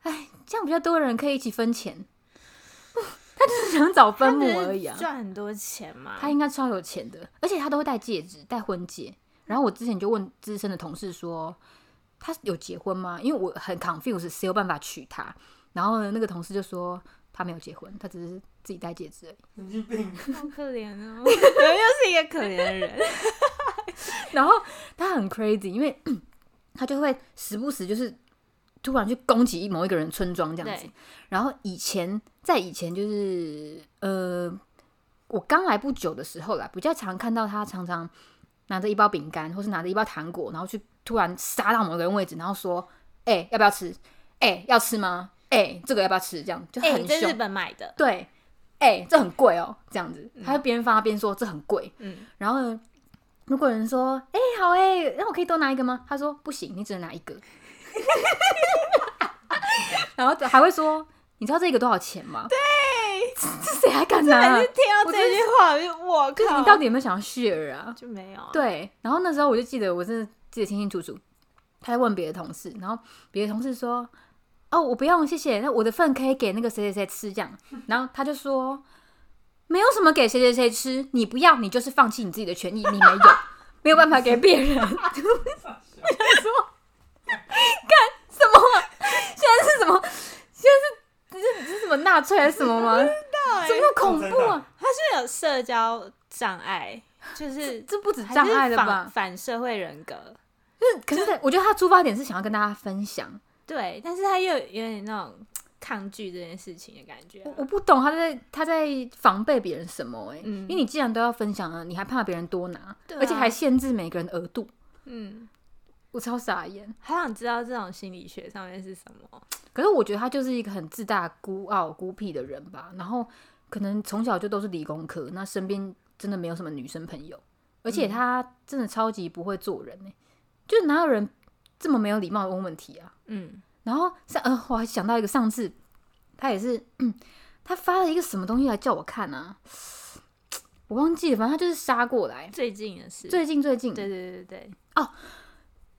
Speaker 1: 哎，这样比较多人可以一起分钱。” 他就是想找分母而已啊！
Speaker 2: 赚很多钱嘛。
Speaker 1: 他应该超有钱的，而且他都会戴戒指、戴婚戒。然后我之前就问资深的同事说，他有结婚吗？因为我很 confused，谁有办法娶她？然后呢，那个同事就说他没有结婚，他只是自己戴戒指而已。
Speaker 4: 神经 病，
Speaker 2: 好可怜哦，又是一个可怜的人。
Speaker 1: 然后他很 crazy，因为 他就会时不时就是突然去攻击某一个人村庄这样子
Speaker 2: 对。
Speaker 1: 然后以前在以前就是呃，我刚来不久的时候啦，比较常看到他常常拿着一包饼干或是拿着一包糖果，然后去突然杀到某个人位置，然后说：“哎、要不要吃？哎、要吃吗？哎、这个要不要吃？”这样就
Speaker 2: 哎、
Speaker 1: 很
Speaker 2: 你在
Speaker 1: 凶。
Speaker 2: 日本买的，
Speaker 1: 对，哎、这很贵哦，这样子，
Speaker 2: 嗯
Speaker 1: 他就边发边说这很贵，
Speaker 3: 嗯，
Speaker 1: 然后呢，如果有人说，哎、好哎、那我可以多拿一个吗？他说不行，你只能拿一 个，然后还会说，你知道这个多少钱吗？对，这 谁还敢拿啊？
Speaker 3: 听到这句话我就我
Speaker 1: 就是
Speaker 3: 靠，
Speaker 1: 你到底有没有想要 share 啊？
Speaker 2: 就没有。，
Speaker 1: 对，然后那时候我就记得，我真的记得清清楚楚。他在问别的同事，然后别的同事说：“哦，我不用，谢谢，那我的份可以给那个谁谁谁吃。”这样，然后他就说：“没有什么给谁谁谁吃，你不要，你就是放弃你自己的权益，你没有，没有办法给别人。” 什么啊？现在是什么？现在是这是这是什么纳粹还是什么 吗？这么恐怖啊！
Speaker 2: 他是有社交障碍，就是
Speaker 1: 这不止
Speaker 2: 还
Speaker 1: 障
Speaker 2: 是
Speaker 1: 碍了
Speaker 2: 反
Speaker 1: 吧？
Speaker 2: 反社会人格。
Speaker 1: 就是，可是我觉得他出发点是想要跟大家分享。
Speaker 2: 对，但是他又有点那种抗拒这件事情的啊感觉。
Speaker 1: 我我不懂他在他在防备别人什么哎、
Speaker 2: 嗯
Speaker 1: 因为你既然都要分享了，你还怕别人多拿，
Speaker 2: 对啊
Speaker 1: 而且还限制每个人额度，
Speaker 2: 嗯，
Speaker 1: 我超傻眼。
Speaker 2: 好想知道这种心理学上面是什么。
Speaker 1: 可是我觉得他就是一个很自大、孤傲、孤僻的人吧，然后可能从小就都是理工科，那身边真的没有什么女生朋友，而
Speaker 2: 嗯
Speaker 1: 且他真的超级不会做人哎、就哪有人这么没有礼貌的问问题啊？
Speaker 2: 嗯，
Speaker 1: 然后上呃，我还想到一个，上次他也是， 他发了一个什么东西来叫我看啊，我忘记了，反正他就是杀过来。
Speaker 2: 最近的事。
Speaker 1: 最近最近，
Speaker 2: 对对对对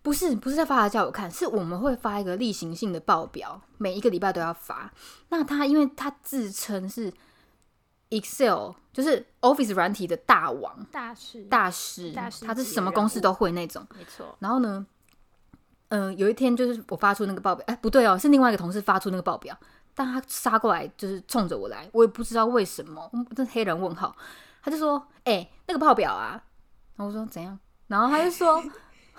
Speaker 1: 不是不是在发来叫我看，是我们会发一个例行性的报表，每一个礼拜都要发。那他因为他自称是 Excel，就是 Office 软体的大王
Speaker 2: 大事
Speaker 1: 大师，
Speaker 2: 大师
Speaker 1: 他是
Speaker 2: 级的
Speaker 1: 什么
Speaker 2: 人
Speaker 1: 公司
Speaker 2: 物
Speaker 1: 都会那种。
Speaker 2: 没错。
Speaker 1: 然后呢，嗯、有一天就是我发出那个报表，哎，不对哦，是另外一个同事发出那个报表，但他杀过来就是冲着我来，我也不知道为什么，嗯这黑人问号，他就说，哎、那个报表啊，然后我说怎样，然后他就说，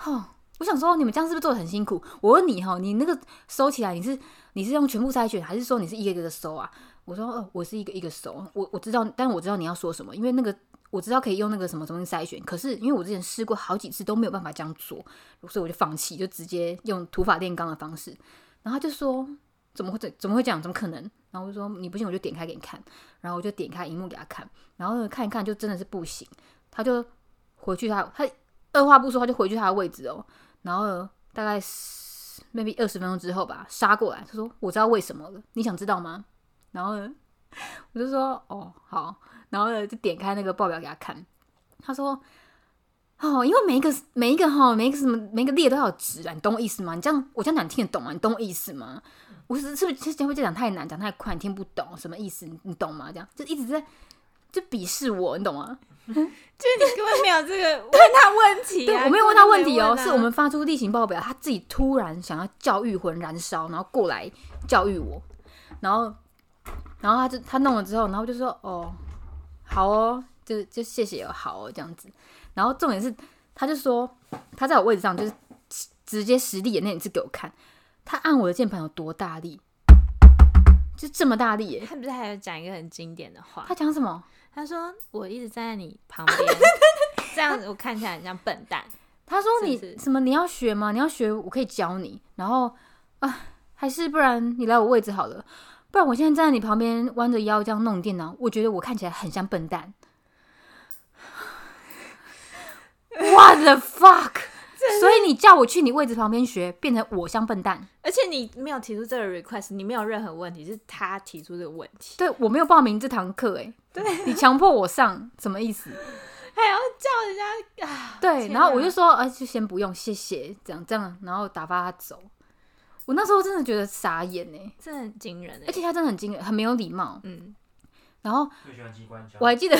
Speaker 1: 哦。我想说，你们这样是不是做的很辛苦？我问你哦哈，你那个收起来，你是你是用全部筛选，还是说你是一个一个的收啊？我说，哦，我是一个一个收，我我知道，但我知道你要说什么，因为那个我知道可以用那个什么东西筛选，可是因为我之前试过好几次都没有办法这样做，所以我就放弃，就直接用土法炼钢的方式。然后他就说：“怎么会这怎么会这样？怎么可能？”然后我就说：“你不信，我就点开给你看。”然后我就点开荧幕给他看，然后呢看一看，就真的是不行。他就回去他他二话不说，他就回去他的位置哦。然后呢大概10 maybe 二十分钟之后吧，杀过来，他说：“我知道为什么了，你想知道吗？”然后呢，我就说：“哦，好。”然后呢就点开那个报表给他看，他说。哦，因为每一个每一个哈，每一个什么每一个列都要有值啊，你懂我意思吗？你这样我这样讲你听得懂吗？你懂我意思吗？我是是不是这会不会讲太难，讲太快，你听不懂什么意思？你你懂吗？这样就一直在就鄙视我，你懂吗？
Speaker 2: 就是你根本没有 这个问他问题
Speaker 1: 对
Speaker 2: 啊，
Speaker 1: 我没有问他问题哦，
Speaker 2: 根本就没问啊
Speaker 1: 是我们发出例行报表，他自己突然想要教育魂燃烧，然后过来教育我，然后，然后他就他弄了之后，然后就说哦，好哦，就就谢谢哦，好哦这样子，然后重点是，他就说他在我位置上就是直接实地演练一次给我看，他按我的键盘有多大力，就这么大力耶，
Speaker 2: 他不是还有讲一个很经典的话
Speaker 1: 他，讲什么？
Speaker 2: 他说我一直站在你旁边， 这样子我看起来很像笨蛋。
Speaker 1: 他说
Speaker 2: 是不
Speaker 1: 你
Speaker 2: 是
Speaker 1: 什么你要学吗？你要学，我可以教你。然后啊，还是不然你来我位置好了，不然我现在站在你旁边弯着腰这样弄电脑，我觉得我看起来很像笨蛋。What the fuck！所以你叫我去你位置旁边学，变成我像笨蛋。
Speaker 2: 而且你没有提出这个 request，你没有任何问题，是他提出这个问题，
Speaker 1: 对我没有报名这堂课、欸，对你强迫我上，什么意思？
Speaker 2: 还要叫人家啊？
Speaker 1: 对，
Speaker 2: 天
Speaker 1: 然后我
Speaker 2: 哪
Speaker 1: 就说，哎、就先不用，谢谢，这样这样，然后打发他走。我那时候真的觉得傻眼欸呢、
Speaker 2: 这很惊人哎、
Speaker 1: 而且他真的很惊人，很没有礼貌。
Speaker 2: 嗯，
Speaker 1: 然后
Speaker 4: 最喜欢机关枪
Speaker 1: 我。还记得，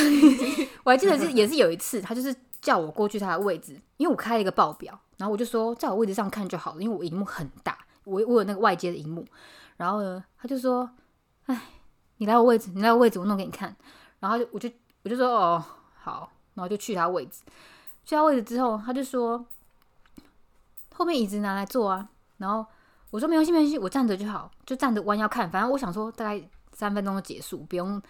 Speaker 1: 我还记得是也是有一次，他就是叫我过去他的位置，因为我开了一个报表，然后我就说在我位置上看就好了，因为我荧幕很大，我我有那个外接的荧幕。然后呢，他就说：“哎，你来我位置，你来我位置，我弄给你看。”然后他就我就我就说：“哦，好。”然后就去他位置，去他位置之后，他就说：“后面椅子拿来坐啊。”然后我说：“没关系，没关系，我站着就好，就站着弯腰看。反正我想说，大概三分钟就结束，不用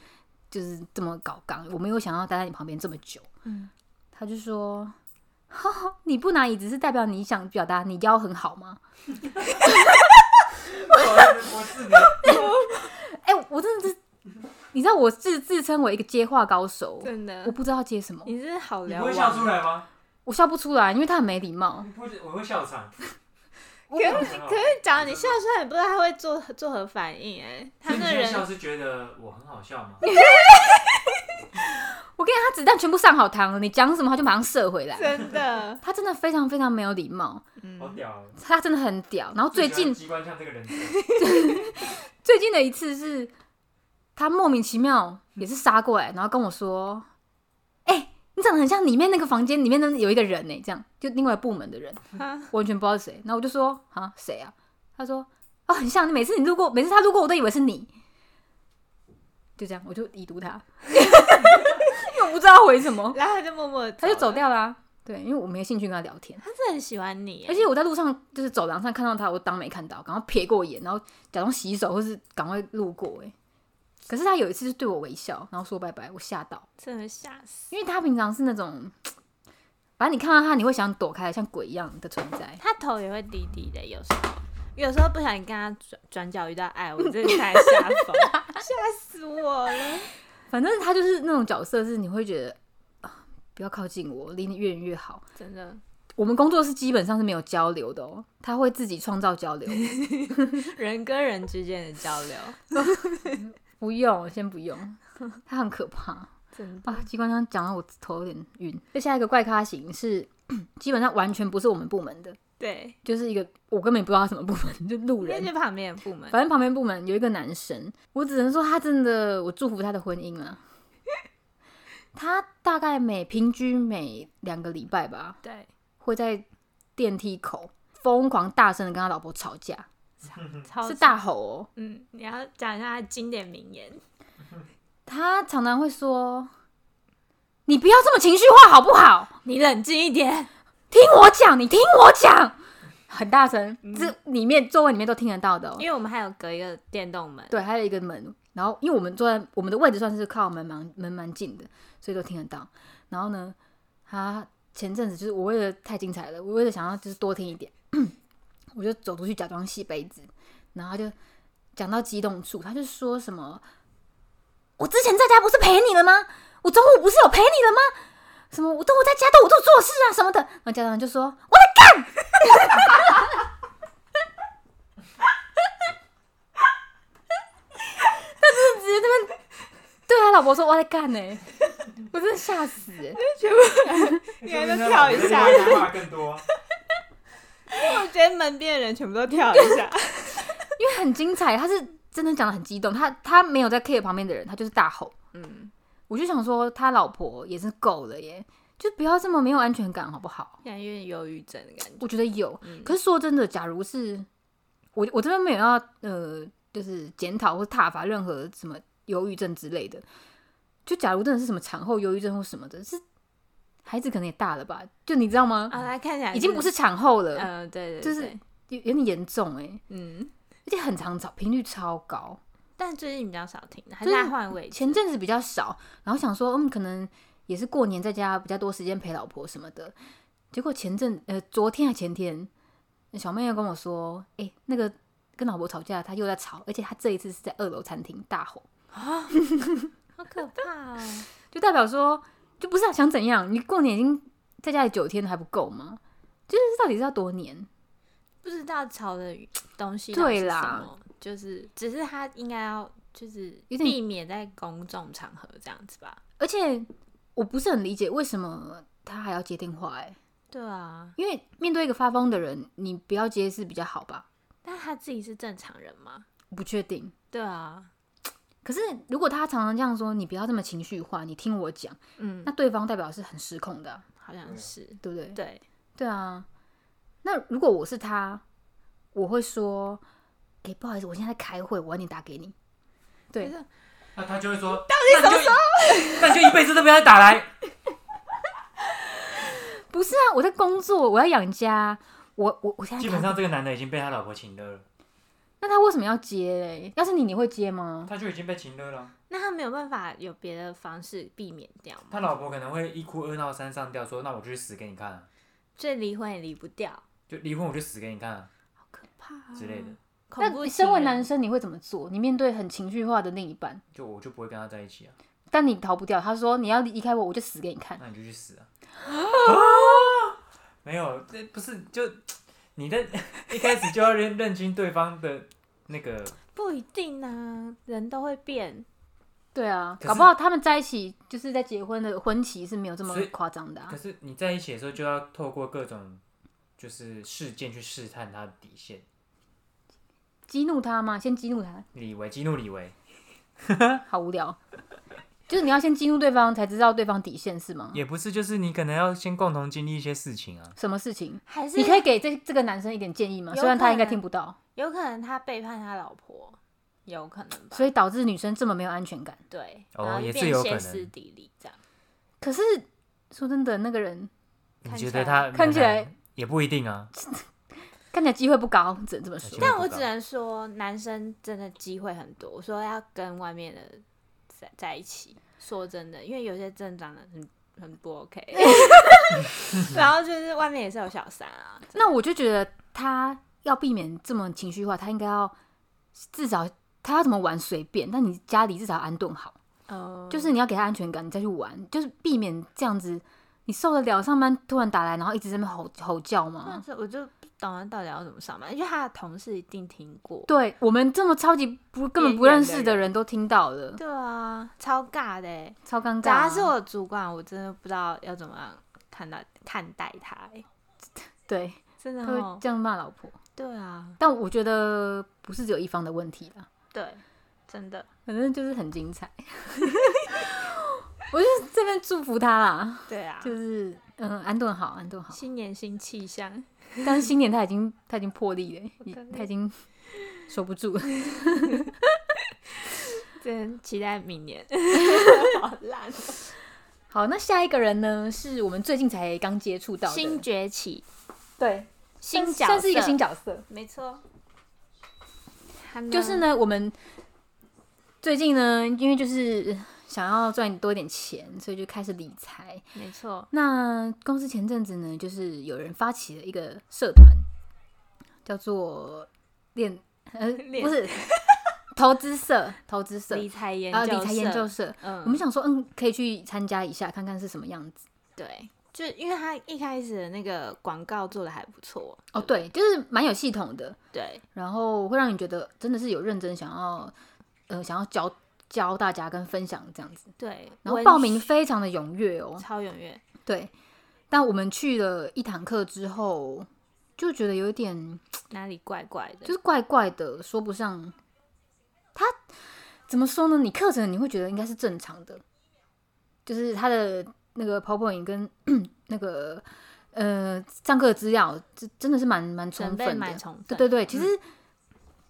Speaker 1: 就是这么搞刚。我没有想要待在你旁边这么久。”
Speaker 2: 嗯，
Speaker 1: 他就说：“哈哈，你不拿椅子是代表你想表达你腰很好吗？”
Speaker 4: 我是你，
Speaker 1: 哎、我真的是，你知道我自自称为一个接话高手，
Speaker 2: 真
Speaker 1: 我
Speaker 2: 的，
Speaker 1: 不知道接什么，
Speaker 2: 你是好
Speaker 4: 你
Speaker 2: 聊啊
Speaker 4: 不会笑出
Speaker 2: 王，
Speaker 4: 来吗？
Speaker 1: 我笑不出来，因为他很没礼貌。
Speaker 4: 你不会，我会笑场。
Speaker 1: 我
Speaker 2: 可
Speaker 4: 是
Speaker 2: 可是讲你笑出来，你不知道他会做作何反应哎、他
Speaker 4: 所以你
Speaker 2: 那
Speaker 4: 现在笑
Speaker 2: 人
Speaker 4: 是觉得我很好笑吗？
Speaker 1: 我跟你讲，他子弹全部上好膛了，你讲什么他就马上射回来。
Speaker 2: 真的，
Speaker 1: 他真的非常非常没有礼貌，
Speaker 4: 好
Speaker 2: 嗯，
Speaker 4: 屌哦！
Speaker 1: 他真的很屌。然后哦最
Speaker 4: 喜欢
Speaker 1: 近
Speaker 4: 机关枪这个人设，
Speaker 1: 最近的一次是，他莫名其妙也是杀过来，然后跟我说：“哎、你长得很像里面那个房间里面的有一个人呢、这样就另外部门的人，
Speaker 2: 啊
Speaker 1: 我完全不知道是谁。”然后我就说：“啊，谁啊？”他说：“哦，很像，每次你路过，每次他路过我都以为是你。”就这样，我就已读他，因为我不知道回什么，
Speaker 2: 然后他就默默地
Speaker 1: 他就走
Speaker 2: 了，
Speaker 1: 掉啦、对，因为我没有兴趣跟他聊天。
Speaker 2: 他是很喜欢你、欸，
Speaker 1: 而且我在路上就是走廊上看到他，我当没看到，赶快瞥过眼，然后假装洗手或是赶快路过、欸。可是他有一次就对我微笑，然后说拜拜，我吓到，
Speaker 2: 真的吓死。
Speaker 1: 因为他平常是那种，反正你看到他你会想躲开，像鬼一样的存在。
Speaker 2: 他头也会低低的，有时候有时候不小心跟他转转角遇到爱，我真的太吓疯，
Speaker 3: 吓死我了！
Speaker 1: 反正他就是那种角色，是你会觉得啊，不要靠近我，离你越远越好。
Speaker 2: 真的
Speaker 1: 我们工作是基本上是没有交流的哦，他会自己创造交流。
Speaker 2: 人跟人之间的交流，
Speaker 1: 不用，先不用， 他很可怕。
Speaker 2: 真的
Speaker 1: 啊，机关枪讲到我头有点晕。那下一个怪咖型是基本上完全不是我们部门的，
Speaker 2: 对。
Speaker 1: 就是一个我根本不知道他什么部门，就路
Speaker 2: 那
Speaker 1: 人。
Speaker 2: 就旁边的部门，
Speaker 1: 反正旁边部门有一个男生，我只能说他真的，我祝福他的婚姻啊。他大概每平均每两个礼拜吧，
Speaker 2: 对，
Speaker 1: 会在电梯口疯狂大声的跟他老婆吵架，
Speaker 2: 超
Speaker 4: 嗯
Speaker 1: 是大吼哦。
Speaker 2: 嗯，你要讲一下他的经典名言，
Speaker 1: 他常常会说：“你不要这么情绪化好不好？”
Speaker 2: 你冷静一点，
Speaker 1: 听我讲，你听我讲，很大声，这里面座位里面都听得到的、哦。
Speaker 2: 因为我们还有隔一个电动门，
Speaker 1: 对，还有一个门，然后因为我们坐在我们的位置算是靠门蛮门蛮近的，所以都听得到。然后呢，他前阵子就是我为了太精彩了，我为了想要就是多听一点， 我就走出去假装洗杯子，然后他就讲到激动处，他就说什么：“我之前在家不是陪你了吗？我中午不是有陪你了吗？什么我中午在家都我都做事啊什么的。”然后家长就说：“直接这边对啊他老婆说我在干 呢、我真的吓死、欸！
Speaker 3: 你还能跳一 下
Speaker 4: 说不定他老婆会骂更多。
Speaker 3: 我觉得门边的人全部都跳一下，
Speaker 1: 因为很精彩，他是真的讲的很激动，他他没有在 care 旁边的人，他就是大吼，
Speaker 2: 嗯，
Speaker 1: 我就想说，他老婆也是够了耶，就不要这么没有安全感好不好？
Speaker 2: 现在有点忧郁症的感觉。
Speaker 1: 我觉得有，
Speaker 2: 嗯
Speaker 1: 可是说真的，假如是我，我这边没有要呃，就是检讨或挞伐任何什么忧郁症之类的。就假如真的是什么产后忧郁症或什么的，是孩子可能也大了吧？就你知道吗？
Speaker 2: 啊，他看起来
Speaker 1: 已经不是产后了，
Speaker 2: 嗯，对对，
Speaker 1: 就是
Speaker 2: 对
Speaker 1: 有有点严重哎、
Speaker 2: 嗯，
Speaker 1: 而且很常找，频率超高。
Speaker 2: 但最近比较少听，还
Speaker 1: 就是是
Speaker 2: 在换位置。
Speaker 1: 前阵子比较少，然后想说，嗯，可能也是过年在家比较多时间陪老婆什么的。结果前阵呃，昨天还前天，小妹又跟我说，哎、那个跟老婆吵架，她又在吵，而且她这一次是在二楼餐厅大吼，
Speaker 2: 好可怕哦！
Speaker 1: 就代表说，就不是、啊、想怎样？你过年已经在家里九天了还不够吗？就是到底是要多年？
Speaker 2: 不知道炒的东西
Speaker 1: 对
Speaker 2: 到底是
Speaker 1: 啦
Speaker 2: 什么，就是只是他应该要就是
Speaker 1: 有点
Speaker 2: 避免在公众场合这样子吧。
Speaker 1: 而且我不是很理解为什么她还要接电话、哎，
Speaker 2: 对啊，
Speaker 1: 因为面对一个发疯的人，你不要接是比较好吧？
Speaker 2: 但他自己是正常人吗？
Speaker 1: 我不确定。
Speaker 2: 对啊，
Speaker 1: 可是如果他常常这样说，你不要这么情绪化，你听我讲，
Speaker 2: 嗯
Speaker 1: 那，对方代表是很失控的啊、
Speaker 2: 好像是
Speaker 1: 对不对？
Speaker 2: 对，
Speaker 1: 对啊。那如果我是他，我会说：“哎、不好意思，我现在在开会，我晚点打给你。”对
Speaker 2: 就是
Speaker 4: 那他就会说，到底什么时候？那你就一 辈子都不要再打来。
Speaker 1: 不是啊，我在工作，我要养家，我我我现在
Speaker 4: 基
Speaker 1: 在
Speaker 4: 本
Speaker 1: 开
Speaker 4: 上这个男的已经被他老婆请了了，
Speaker 1: 那他为什么要接嘞？要是你，你会接吗？
Speaker 4: 他就已经被请了了。
Speaker 2: 那他没有办法有别的方式避免掉吗？
Speaker 4: 他老婆可能会一哭二闹三上吊，说那我就去死给你看啊，
Speaker 2: 所以离婚也离不掉，
Speaker 4: 就离婚我就死给你看啊
Speaker 2: 好可怕、啊、
Speaker 4: 之类的，
Speaker 2: 恐怖
Speaker 1: 那
Speaker 2: 情人。
Speaker 1: 身为男生，你会怎么做？你面对很情绪化的另一半，
Speaker 4: 就我就不会跟他在一起啊，
Speaker 1: 但你逃不掉。他说：“你要离开我，我就死给你看。
Speaker 4: 那你就去死啊。啊没有，这不是就你在 一开始就要认认清对方的那个，
Speaker 2: 不一定啊，人都会变。”
Speaker 1: 对啊，
Speaker 4: 可是
Speaker 1: 搞不好他们在一起就是在结婚的婚期是没有这么
Speaker 4: 所以
Speaker 1: 夸张的、啊
Speaker 4: 可。是你在一起的时候就要透过各种就是事件去试探他的底线，
Speaker 1: 激怒他吗？先激怒他，
Speaker 4: 李维激怒李维，
Speaker 1: 好无聊。 就是你要先激怒对方，才知道对方底线是吗？
Speaker 4: 也不是，就是你可能要先共同经历一些事情啊。
Speaker 1: 什么事情？
Speaker 2: 还是
Speaker 1: 你可以给这这个男生一点建议吗？
Speaker 2: 有
Speaker 1: 虽然他应该
Speaker 2: 可能
Speaker 1: 听不到，
Speaker 2: 有可能他背叛他老婆，有可能吧？
Speaker 1: 所以导致女生这么没有安全感。
Speaker 2: 对，
Speaker 4: 哦
Speaker 2: 然后就
Speaker 4: 也是
Speaker 2: 变
Speaker 4: 有
Speaker 2: 歇
Speaker 4: 可
Speaker 2: 斯
Speaker 4: 能
Speaker 2: 底里这样。
Speaker 1: 可是说真的，那个人
Speaker 4: 你
Speaker 2: 看
Speaker 4: 觉
Speaker 2: 起
Speaker 4: 得
Speaker 2: 来
Speaker 4: 他
Speaker 1: 看起来
Speaker 4: 也不一定啊，
Speaker 1: 看起来机会不高，只能这么
Speaker 4: 机
Speaker 1: 说
Speaker 4: 会。
Speaker 2: 但
Speaker 4: 不
Speaker 2: 我
Speaker 4: 高
Speaker 2: 只能说，男生真的机会很多。我说要跟外面的在在一起，说真的，因为有些真的长得很很不 OK，然后就是外面也是有小三啊。真的
Speaker 1: 那我就觉得他要避免这么情绪化，他应该要至少他要怎么玩随便，但你家里至少要安顿好。
Speaker 2: 哦
Speaker 1: 就是你要给他安全感，你再去玩，就是避免这样子。你受得了上班突然打来，然后一直在那边吼吼叫
Speaker 2: 那
Speaker 1: 吗？
Speaker 2: 时候我就不懂他到底要怎么上班，因为他的同事一定听过。
Speaker 1: 对我们这么超级不根本不认识的人都听到了，
Speaker 2: 对啊，超尬的欸。
Speaker 1: 超尴尬、啊
Speaker 2: 假如他是我的主管，我真的不知道要怎么样看待看待他欸，
Speaker 1: 对，
Speaker 2: 真的
Speaker 1: 他
Speaker 2: 哦
Speaker 1: 会。这样骂老婆。
Speaker 2: 对啊，
Speaker 1: 但我觉得不是只有一方的问题啦，
Speaker 2: 对，真的。
Speaker 1: 反正就是很精彩。 我就这边祝福他啦，
Speaker 2: 对啊，
Speaker 1: 就是嗯，安顿好，安顿 好。
Speaker 2: 新年新气象。
Speaker 1: 但是新年他已经他已经破例了，已
Speaker 2: 可以
Speaker 1: 他已经 守不住了。
Speaker 2: 真期待 明年。好烂、哦
Speaker 1: 好，那下一个人呢，是我们最近才刚接触到的
Speaker 2: 新崛起，
Speaker 1: 对
Speaker 2: 新角色，
Speaker 1: 算是一个新角色。
Speaker 2: 没错。他
Speaker 1: 就是，呢，我们最近呢，因为就是想要赚多一点钱，所以就开始理财。
Speaker 2: 没错，
Speaker 1: 那公司前阵子呢，就是有人发起了一个社团，叫做练呃
Speaker 2: 练
Speaker 1: 不是 投资社，投资社
Speaker 2: 理财研
Speaker 1: 啊
Speaker 2: 究社，
Speaker 1: 理财研究社。
Speaker 2: 嗯，
Speaker 1: 我们想说，嗯，可以去参加一下，看看是什么样子。
Speaker 2: 对，就因为他一开始的那个广告做的还不错，
Speaker 1: 哦，对，就是蛮有系统的，
Speaker 2: 对，
Speaker 1: 然后会让你觉得真的是有认真想要，呃，想要教教大家跟分享这样子。
Speaker 2: 对，
Speaker 1: 然后
Speaker 2: 文
Speaker 1: 报名非常的踊跃哦，
Speaker 2: 超踊跃，
Speaker 1: 对。但我们去了一堂课之后，就觉得有一点
Speaker 2: 哪里怪怪的，
Speaker 1: 就是怪怪的，说不上。他怎么说呢？你课程你会觉得应该是正常的，就是他的那个 PowerPoint 跟 那个呃上课的资料，这真的是蛮蛮充
Speaker 2: 准备
Speaker 1: 分的嗯
Speaker 2: 买。宠
Speaker 1: 对对对，其实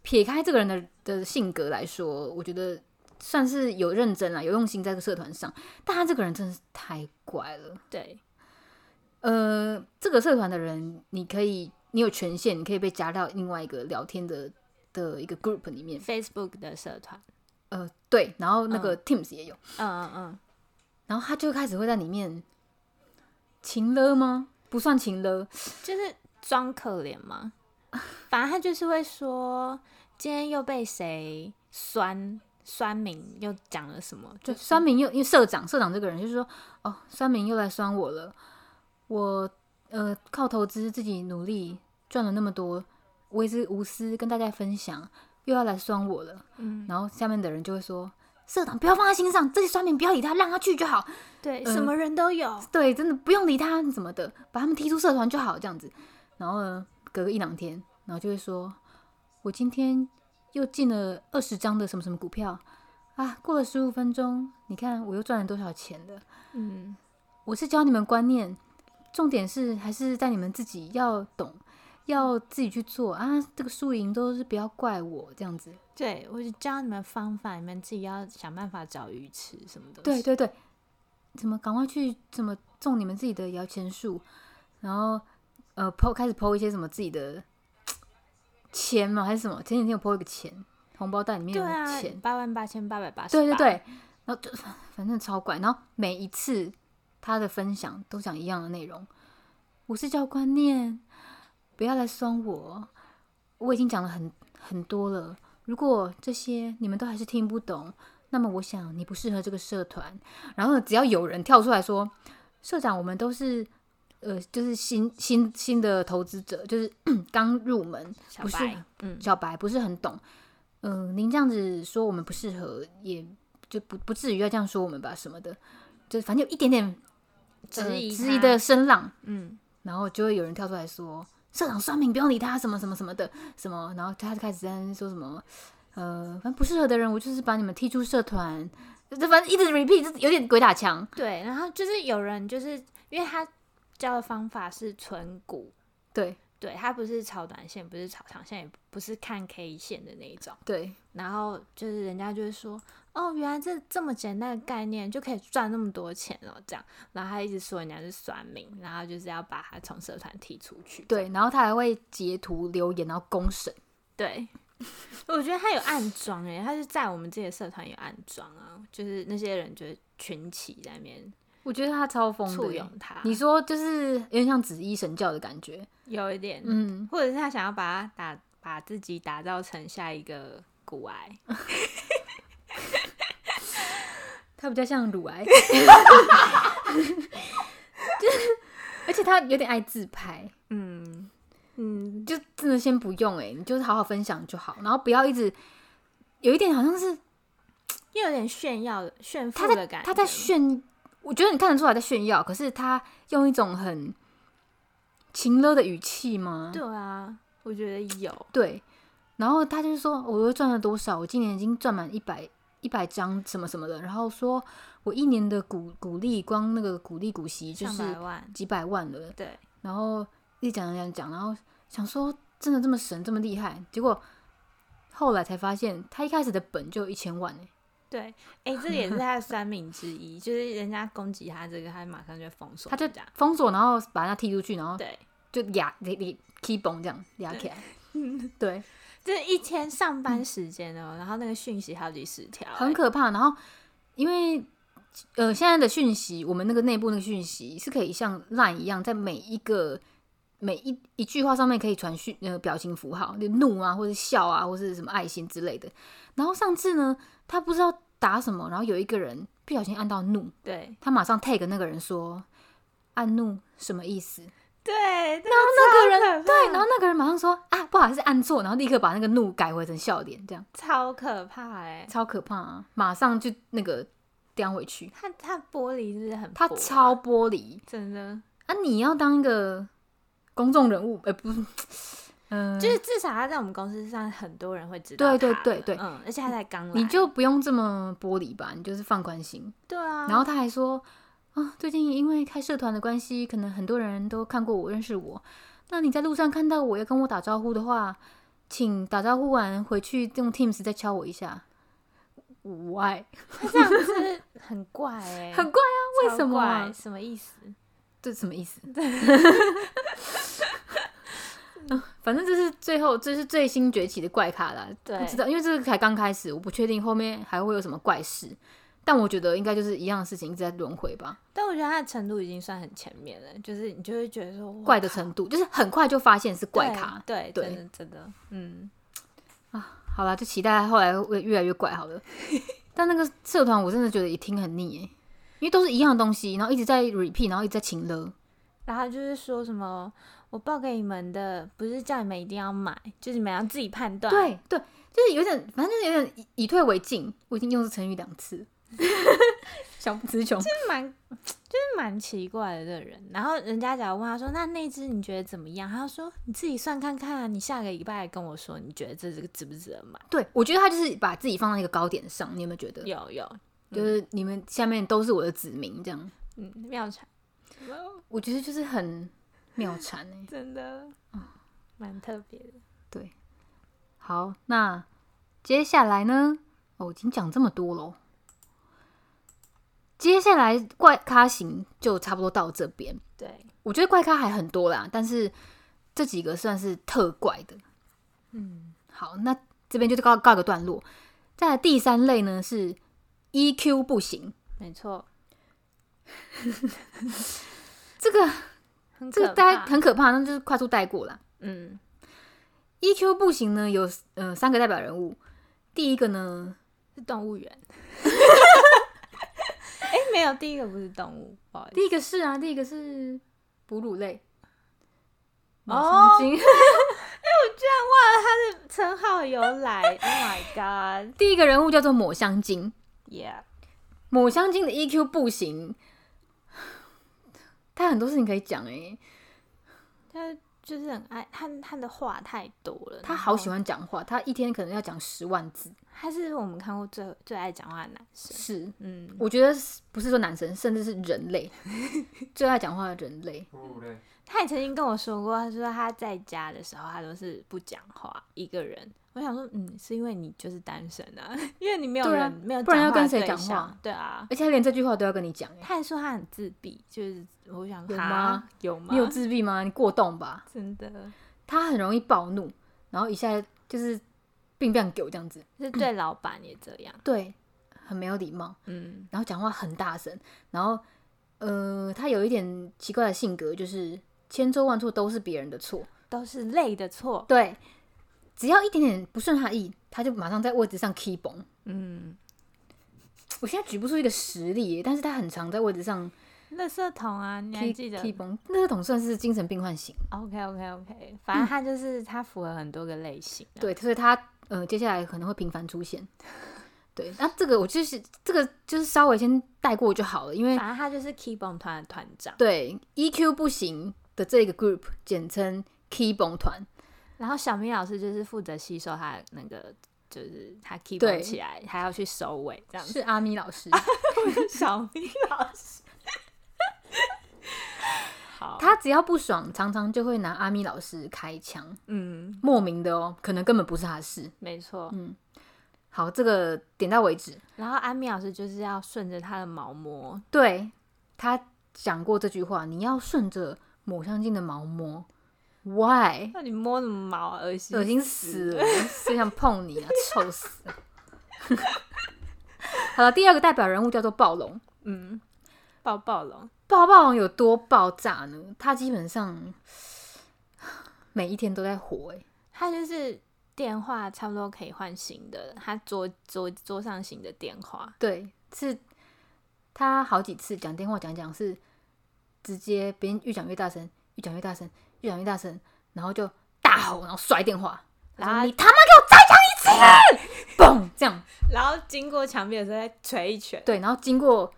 Speaker 1: 撇开这个人的的性格来说，我觉得算是有认真啦，有用心在这个社团上，但他这个人真的是太怪了。
Speaker 2: 对，
Speaker 1: 呃，这个社团的人，你可以，你有权限，你可以被加到另外一个聊天的的一个 group 里面。
Speaker 2: Facebook 的社团，
Speaker 1: 呃，对，然后那个 Teams 也有，
Speaker 2: 嗯嗯嗯，
Speaker 1: 然后他就开始会在里面情了吗？不算情了，
Speaker 2: 就是装可怜嘛。反正他就是会说，今天又被谁酸酸民又讲了什么，
Speaker 1: 就
Speaker 2: 就是
Speaker 1: 酸民又因为社长，社长这个人就是说，哦，酸民又来酸我了，我呃靠投资自己努力赚了那么多，我也是无私跟大家分享，又要来酸我了。
Speaker 2: 嗯，
Speaker 1: 然后下面的人就会说，社长不要放在心上，这些酸民不要理他，让他去就好。
Speaker 2: 对，
Speaker 1: 嗯
Speaker 2: 什么人都有，
Speaker 1: 对，真的不用理他怎么的，把他们踢出社团就好这样子。然后呢，隔个一两天，然后就会说，我今天又进了二十张的什么什么股票啊，过了十五分钟，你看我又赚了多少钱了。
Speaker 2: 嗯，
Speaker 1: 我是教你们观念，重点是还是在你们自己要懂，要自己去做啊。这个输赢都是不要怪我这样子。
Speaker 2: 对我就教你们方法，你们自己要想办法找鱼吃什么的。
Speaker 1: 对，对对，怎么赶快去怎么种你们自己的摇钱树，然后呃剖开始剖一些什么自己的钱嘛还是什么？前几天有剖一个钱，红包袋里面
Speaker 2: 对
Speaker 1: 有
Speaker 2: 啊
Speaker 1: 钱，，
Speaker 2: 八万八千八百八十，
Speaker 1: 对对对，然后就 反正超怪，然后每一次他的分享都讲一样的内容，我是教观念，不要来酸我，我已经讲了很很多了。如果这些你们都还是听不懂，那么我想你不适合这个社团。然后呢，只要有人跳出来说，社长，我们都是。呃，就是新新新的投资者，就是 刚入门，
Speaker 2: 小
Speaker 1: 不是
Speaker 2: 白，嗯，
Speaker 1: 小白不是很懂，嗯、您这样子说我们不适合，也就不不至于要这样说我们吧什么的，就反正有一点点呃
Speaker 2: 质疑
Speaker 1: 质疑
Speaker 2: 他
Speaker 1: 的，声浪，
Speaker 2: 嗯，
Speaker 1: 然后就会有人跳出来说社长算命不用理他什么什么什么的什么，然后他就开始在那边说什么呃反正不适合的人我就是把你们踢出社团，这反正一直 repeat 就是有点鬼打墙，
Speaker 2: 对。然后就是有人就是因为他教的方法是存股，
Speaker 1: 对
Speaker 2: 对他不是炒短线，不是炒长线，也不是看 K 线的那一种。
Speaker 1: 对
Speaker 2: 然后就是人家就会说，哦，原来这这么简单的概念就可以赚那么多钱哦，这样。然后他一直说人家是算命，然后就是要把他从社团踢出去。
Speaker 1: 对，然后他还会截图留言然后公审，
Speaker 2: 对，我觉得他有暗装哎、他是在我们自己的社团有暗装啊，就是那些人就是群起在那边
Speaker 1: 我觉得他超疯
Speaker 2: 簇
Speaker 1: 的。
Speaker 2: 拥他，
Speaker 1: 嗯你说就是有点像紫衣神教的感觉，
Speaker 2: 有一点，
Speaker 1: 嗯，
Speaker 2: 或者是他想要把他打把自己打造成下一个古癌，
Speaker 1: 他比较像乳 癌，就是，而且他有点爱自拍，
Speaker 2: 嗯嗯，
Speaker 1: 就真的先不用哎、你就是好好分享就好，然后不要一直有一点好像是
Speaker 2: 又有点炫耀炫富
Speaker 1: 他
Speaker 2: 的
Speaker 1: 在
Speaker 2: 感觉，
Speaker 1: 他在炫，我觉得你看得出来在炫耀，可是他用一种很情勒的语气吗？
Speaker 2: 对啊，我觉得有，
Speaker 1: 对，然后他就说，我又赚了多少？我今年已经赚满一百一百张什么什么的，然后说我一年的股股利光那个股利股息就
Speaker 2: 上
Speaker 1: 是
Speaker 2: 百万，
Speaker 1: 几百万了。
Speaker 2: 对，
Speaker 1: 然后一讲讲讲，然后想说真的这么神这么厉害，结果后来才发现他一开始的本就有一千万哎、
Speaker 2: 对，哎、这也是他 的三名之一，就是人家攻击他这个，他马上就封锁
Speaker 1: 他就
Speaker 2: 人家，
Speaker 1: 封锁，然后把他踢出去，然后
Speaker 2: 对，
Speaker 1: 就压你你 keep 崩这样压起来，对，
Speaker 2: 这一天上班时间哦，然后那个讯息好几十条、
Speaker 1: 嗯
Speaker 2: 欸
Speaker 1: 很可怕。然后因为呃现在的讯息，我们那个内部那个讯息是可以像 Line 一样，在每一个。每一一句话上面可以传讯呃表情符号，就怒啊，或者笑啊，或者什么爱心之类的。然后上次呢，他不知道打什么，然后有一个人不小心按到怒，
Speaker 2: 对
Speaker 1: 他马上 tag 那个人说按怒什么意思？
Speaker 2: 对，那
Speaker 1: 然后那个
Speaker 2: 超
Speaker 1: 人
Speaker 2: 可怕
Speaker 1: 对，然后那个人马上说啊不好意思按错，然后立刻把那个怒改回成笑脸，这样
Speaker 2: 超可怕哎、
Speaker 1: 超可怕啊！马上就那个叼回去，
Speaker 2: 他他玻璃真的很薄
Speaker 1: 他
Speaker 2: 啊、
Speaker 1: 超嗯玻璃
Speaker 2: 真的
Speaker 1: 啊！你要当一个公众人物，呃不是嗯，
Speaker 2: 就是至少他在我们公司上，很多人会知道
Speaker 1: 对
Speaker 2: 他。
Speaker 1: 对对对
Speaker 2: 嗯，而且他才刚来，
Speaker 1: 你就不用这么玻璃吧，你就是放宽心。
Speaker 2: 对啊。
Speaker 1: 然后他还说啊，最近因为开社团的关系，可能很多人都看过我、认识我。那你在路上看到我要跟我打招呼的话，请打招呼完回去用 Teams 再敲我一下。Why？
Speaker 2: 他这样子很 怪哎、
Speaker 1: 很怪啊，
Speaker 2: 超
Speaker 1: 为什么啊
Speaker 2: 怪什么意思？
Speaker 1: 这什么意 思？嗯反正这是最后，这是最新崛起的怪咖啦。
Speaker 2: 对
Speaker 1: 不知道，因为这个才刚开始，我不确定后面还会有什么怪事。但我觉得应该就是一样的事情一直在轮回吧。
Speaker 2: 但我觉得他的程度已经算很前面了，就是你就会觉得说哇
Speaker 1: 怪的程度就是很快就发现是怪咖。
Speaker 2: 对
Speaker 1: 对
Speaker 2: 对，真的真的，嗯，
Speaker 1: 好啦，就期待后来会越来越怪好 了。但那个社团我真的觉得也听很腻耶，因为都是一样的东西，然后一直在 repeat，然后一直在请了。
Speaker 2: 然后就是说什么我报给你们的，不是叫你们一定要买，就是你们要自己判断。
Speaker 1: 对对，就是有点，反正就是有点以以退为进。我已经用这成语两次， 想不词穷。
Speaker 2: 就是蛮就是蛮奇怪的这个人。然后人家假如问他说：“那那只你觉得怎么样？”他就说：“你自己算看看啊，你下个礼拜跟我说，你觉得这这个值不值得买
Speaker 1: 对，我觉得他就是把自己放在一个高点上，你有没有觉？”得？
Speaker 2: 有有，
Speaker 1: 就是你们下面都是我的子民，这样，
Speaker 2: 嗯，妙产，
Speaker 1: 我觉得就是很妙禅哎、
Speaker 2: 真的，蛮特别的。
Speaker 1: 对，好，那接下来呢？哦，我已经讲这么多喽。接下来怪咖型就差不多到这边，
Speaker 2: 对，
Speaker 1: 我觉得怪咖还很多啦，但是这几个算是特怪的。
Speaker 2: 嗯，
Speaker 1: 好，那这边就告告个段落。再来第三类呢是 EQ 不行，
Speaker 2: 没错，
Speaker 1: 这个
Speaker 2: 很
Speaker 1: 这个
Speaker 2: 可
Speaker 1: 大家
Speaker 2: 怕
Speaker 1: 很可怕，那就是快速带过啦。
Speaker 2: 嗯
Speaker 1: EQ 不行呢，有呃三个代表人物。第一个呢，
Speaker 2: 是动物园。 哎、没有，第一个不是动物，不好意思。
Speaker 1: 第一个是啊，第一个是哺乳类。
Speaker 2: 哦
Speaker 1: 脑 神经
Speaker 2: 称号由来，Oh my
Speaker 1: 第一个人物叫做抹香鲸，
Speaker 2: God，Yeah，
Speaker 1: 抹香鲸的 EQ 不行， 他很多事情可以讲哎、
Speaker 2: 他就是很爱他，他的话太多了，
Speaker 1: 他好
Speaker 2: 然后
Speaker 1: 喜欢讲话，他一天可能要讲十万字。
Speaker 2: 他是我们看过最最爱讲话的男生。
Speaker 1: 是，
Speaker 2: 嗯，
Speaker 1: 我觉得是不是说男生，甚至是人 类最爱讲话的人类。
Speaker 4: 哺乳类，
Speaker 2: 他也曾经跟我说过，他说他在家的时候，他都是不讲话，一个人。我想说，嗯，是因为你就是单身啊， 因为你没有
Speaker 1: 对
Speaker 2: 人，
Speaker 1: 啊
Speaker 2: 没有
Speaker 1: 不然
Speaker 2: 讲
Speaker 1: 要
Speaker 2: 话
Speaker 1: 跟谁
Speaker 2: 对
Speaker 1: 讲
Speaker 2: 象
Speaker 1: 话？
Speaker 2: 对啊，
Speaker 1: 而且他连这句话都要跟你讲哎、
Speaker 2: 他还说他很自闭，就是我想
Speaker 1: 有
Speaker 2: 哈
Speaker 1: 吗？
Speaker 2: 有吗？
Speaker 1: 你有自闭吗？你过动吧？
Speaker 2: 真的
Speaker 1: 他很容易暴怒，然后一下就是病病狗这样子，
Speaker 2: 是对老板也这样。
Speaker 1: 对，很没有礼貌，
Speaker 2: 嗯，
Speaker 1: 然后讲话很大声，然后呃，他有一点奇怪的性格，就是千错万错都是别人的错，
Speaker 2: 都是累的错。
Speaker 1: 对，只要一点点不顺他意，他就马上在位置上 key 崩。
Speaker 2: 嗯，
Speaker 1: 我现在举不出一个实例耶，但是他很常在位置上
Speaker 2: 垃圾桶啊，你还
Speaker 1: key
Speaker 2: 记得
Speaker 1: key 崩，那个桶算是精神病患型，
Speaker 2: ？OK OK OK，反正他就是他符合很多个类型、啊。
Speaker 1: 嗯对，所以他呃接下来可能会频繁出现。 对，那这个我就是这个就是稍微先带过就好了，因为
Speaker 2: 反正他就是 Keybomb 团的团长，
Speaker 1: 对 EQ 不行的这个 group，简称 Keybon 团，
Speaker 2: 然后小明老师就是负责吸收他那个，就是他 Keybomb
Speaker 1: 对
Speaker 2: 起来，还要去收尾这样子。啊
Speaker 1: 是阿咪老师，
Speaker 2: 小明老师，好，
Speaker 1: 他只要不爽，常常就会拿阿咪老师开枪，
Speaker 2: 嗯，
Speaker 1: 莫名的哦，可能根本不是他的事。
Speaker 2: 没错。
Speaker 1: 嗯好，这个点到为止。
Speaker 2: 然后安米老师就是要顺着他的毛摸，
Speaker 1: 对他讲过这句话，你要顺着抹香鲸的毛摸，Why？
Speaker 2: 那你摸什么毛啊？恶心，
Speaker 1: 恶心死了， 谁想碰你啊？臭死了！ 好了，第二个代表人物叫做暴龙。
Speaker 2: 嗯，抱抱龙，
Speaker 1: 暴暴龙有多爆炸呢？它基本上每一天都在火、欸，
Speaker 2: 他就是电话差不多可以换新的了，他桌桌桌上型的电话，
Speaker 1: 对，是他好几次讲电话讲讲是直接别人越讲越大声，越讲越大声，越讲越大声，然后就大吼，然后摔电话，然
Speaker 2: 然后
Speaker 1: 后你他妈给我再讲一次，嘣，这 样
Speaker 2: 然后经过墙壁的时候再捶一拳，
Speaker 1: 对，然后经过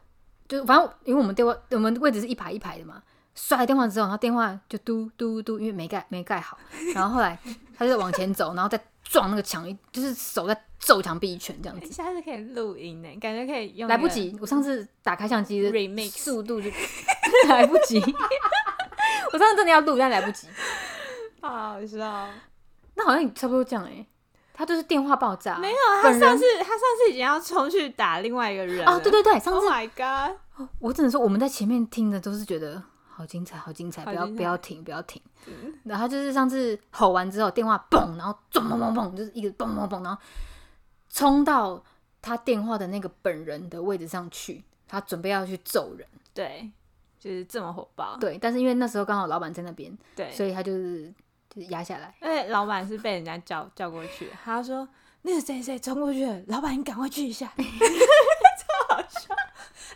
Speaker 1: 就反正因为我们电话我们位置是一排一排的嘛，摔了电话之后，他电话就嘟嘟嘟，因为没盖没盖好，然后后来他就往前走，然后再撞那个墙，就是手在揍墙壁一拳这样子。
Speaker 2: 下次可以录音呢，感觉可以用
Speaker 1: 来不及，我上次打开相机的
Speaker 2: Remix
Speaker 1: 速度就 来不及， 我上次真的要录，但来不及。
Speaker 3: 好好
Speaker 2: 哦
Speaker 3: 笑。
Speaker 1: 那好像也差不多这样哎、他就是电话爆炸，啊没有
Speaker 2: 那个。
Speaker 1: 本
Speaker 2: 啊他上
Speaker 1: 人
Speaker 2: 次他上次已经要冲去打另外一个人
Speaker 1: 哦，对
Speaker 2: 对，
Speaker 1: 对对，上
Speaker 3: Oh
Speaker 1: 次
Speaker 3: my god！
Speaker 1: 我只能说我们在前面听的都是觉得好精彩，好精彩，
Speaker 3: 好
Speaker 1: 不要
Speaker 3: 精彩嗯
Speaker 1: 不要停，不要停。然后就是上次吼完之后，电话嘣，然后咚嘣嘣嘣，就是一个嘣嘣嘣，然后冲到他电话的那个本人的位置上去，他准备要去揍人。
Speaker 2: 对，就是这么火
Speaker 3: 哦
Speaker 2: 爆，
Speaker 1: 对，但是因为那时候刚好老板在那边，
Speaker 2: 对，
Speaker 1: 所以他就是就是压下来。
Speaker 2: 而且老板是被人家叫叫过去， 他说那个谁谁冲过去了，老板你赶快去一 下，超好笑。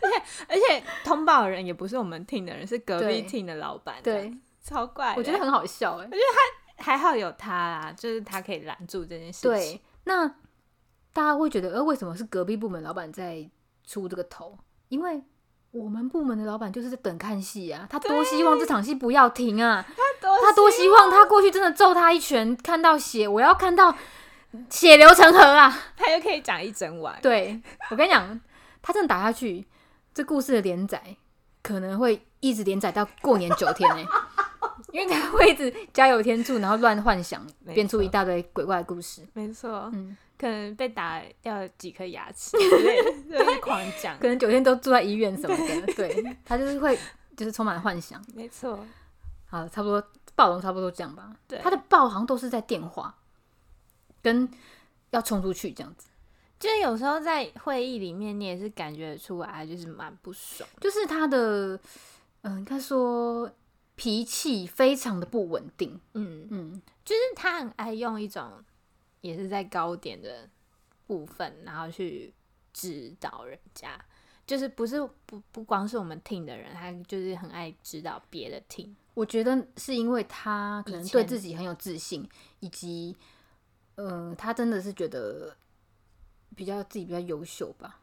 Speaker 2: 而且而且通报的人也不是我们厅的人，是隔壁
Speaker 1: 对
Speaker 2: 厅的老板，这
Speaker 1: 对
Speaker 2: 样，超怪的。
Speaker 1: 我觉得
Speaker 3: 欸
Speaker 1: 很好笑哎、
Speaker 2: 还好有他啦，就是他可以拦住这件事情。
Speaker 1: 对，那大家会觉得，呃，为什么是隔壁部门老板在出这个头？因为我们部门的老板就是在等看戏啊，他多希望这场戏不要停 啊，他
Speaker 3: 他
Speaker 1: 多希望他过去真的揍他一拳，看到血，我要看到血流成河 啊！
Speaker 2: 他又可以讲一整晚。
Speaker 1: 对我跟你讲，他真的打下去，这故事的连载可能会一直连载到过年九天呢、欸因为他会一直加油添醋，然后乱幻想，
Speaker 2: 没
Speaker 1: 编出一
Speaker 2: 错
Speaker 1: 大堆鬼怪的故事。
Speaker 2: 没错，
Speaker 1: 嗯，
Speaker 2: 可能被打掉几颗牙齿之类的，就是狂 讲
Speaker 1: 可。能九天都住在医院什么的，对他就是会就是充满幻想。
Speaker 2: 没错，
Speaker 1: 好，差不多暴龙差不多这样吧。
Speaker 2: 对
Speaker 1: 他的暴好像都是在电话跟要冲出去这样子，
Speaker 2: 就是有时候在会议里面，你也是感觉得出来，他就是蛮不爽。
Speaker 1: 就是他的嗯，应该说脾气非常的不稳定。
Speaker 2: 嗯，
Speaker 1: 嗯，
Speaker 2: 就是他很爱用一种也是在高点的部分，然后去指导人家，就是不是不不光是我们听的人，他就是很爱指导别的听。
Speaker 1: 我觉得是因为他可能
Speaker 2: 以前
Speaker 1: 对自己很有自信，以及呃，他真的是觉得比较自己比较优秀吧。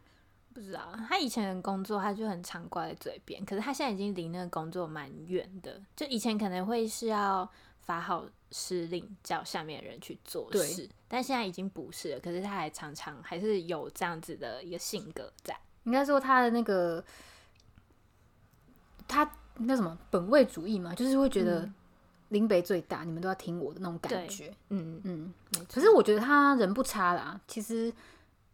Speaker 2: 不知道他以前的工作，他就很常挂在嘴边，可是他现在已经离那个工作蛮远的。就以前可能会是要发号施令，叫下面的人去做
Speaker 1: 对
Speaker 2: 事，但现在已经不是了。可是他还常常还是有这样子的一个性格在。
Speaker 1: 应该说他的那个，他那什么本位主义嘛，就是会觉得
Speaker 2: 嗯
Speaker 1: 林北最大，你们都要听我的那种
Speaker 2: 对
Speaker 1: 感觉。
Speaker 2: 嗯，
Speaker 1: 嗯，
Speaker 2: 没
Speaker 1: 可
Speaker 2: 错。
Speaker 1: 是我觉得他人不差啦，其实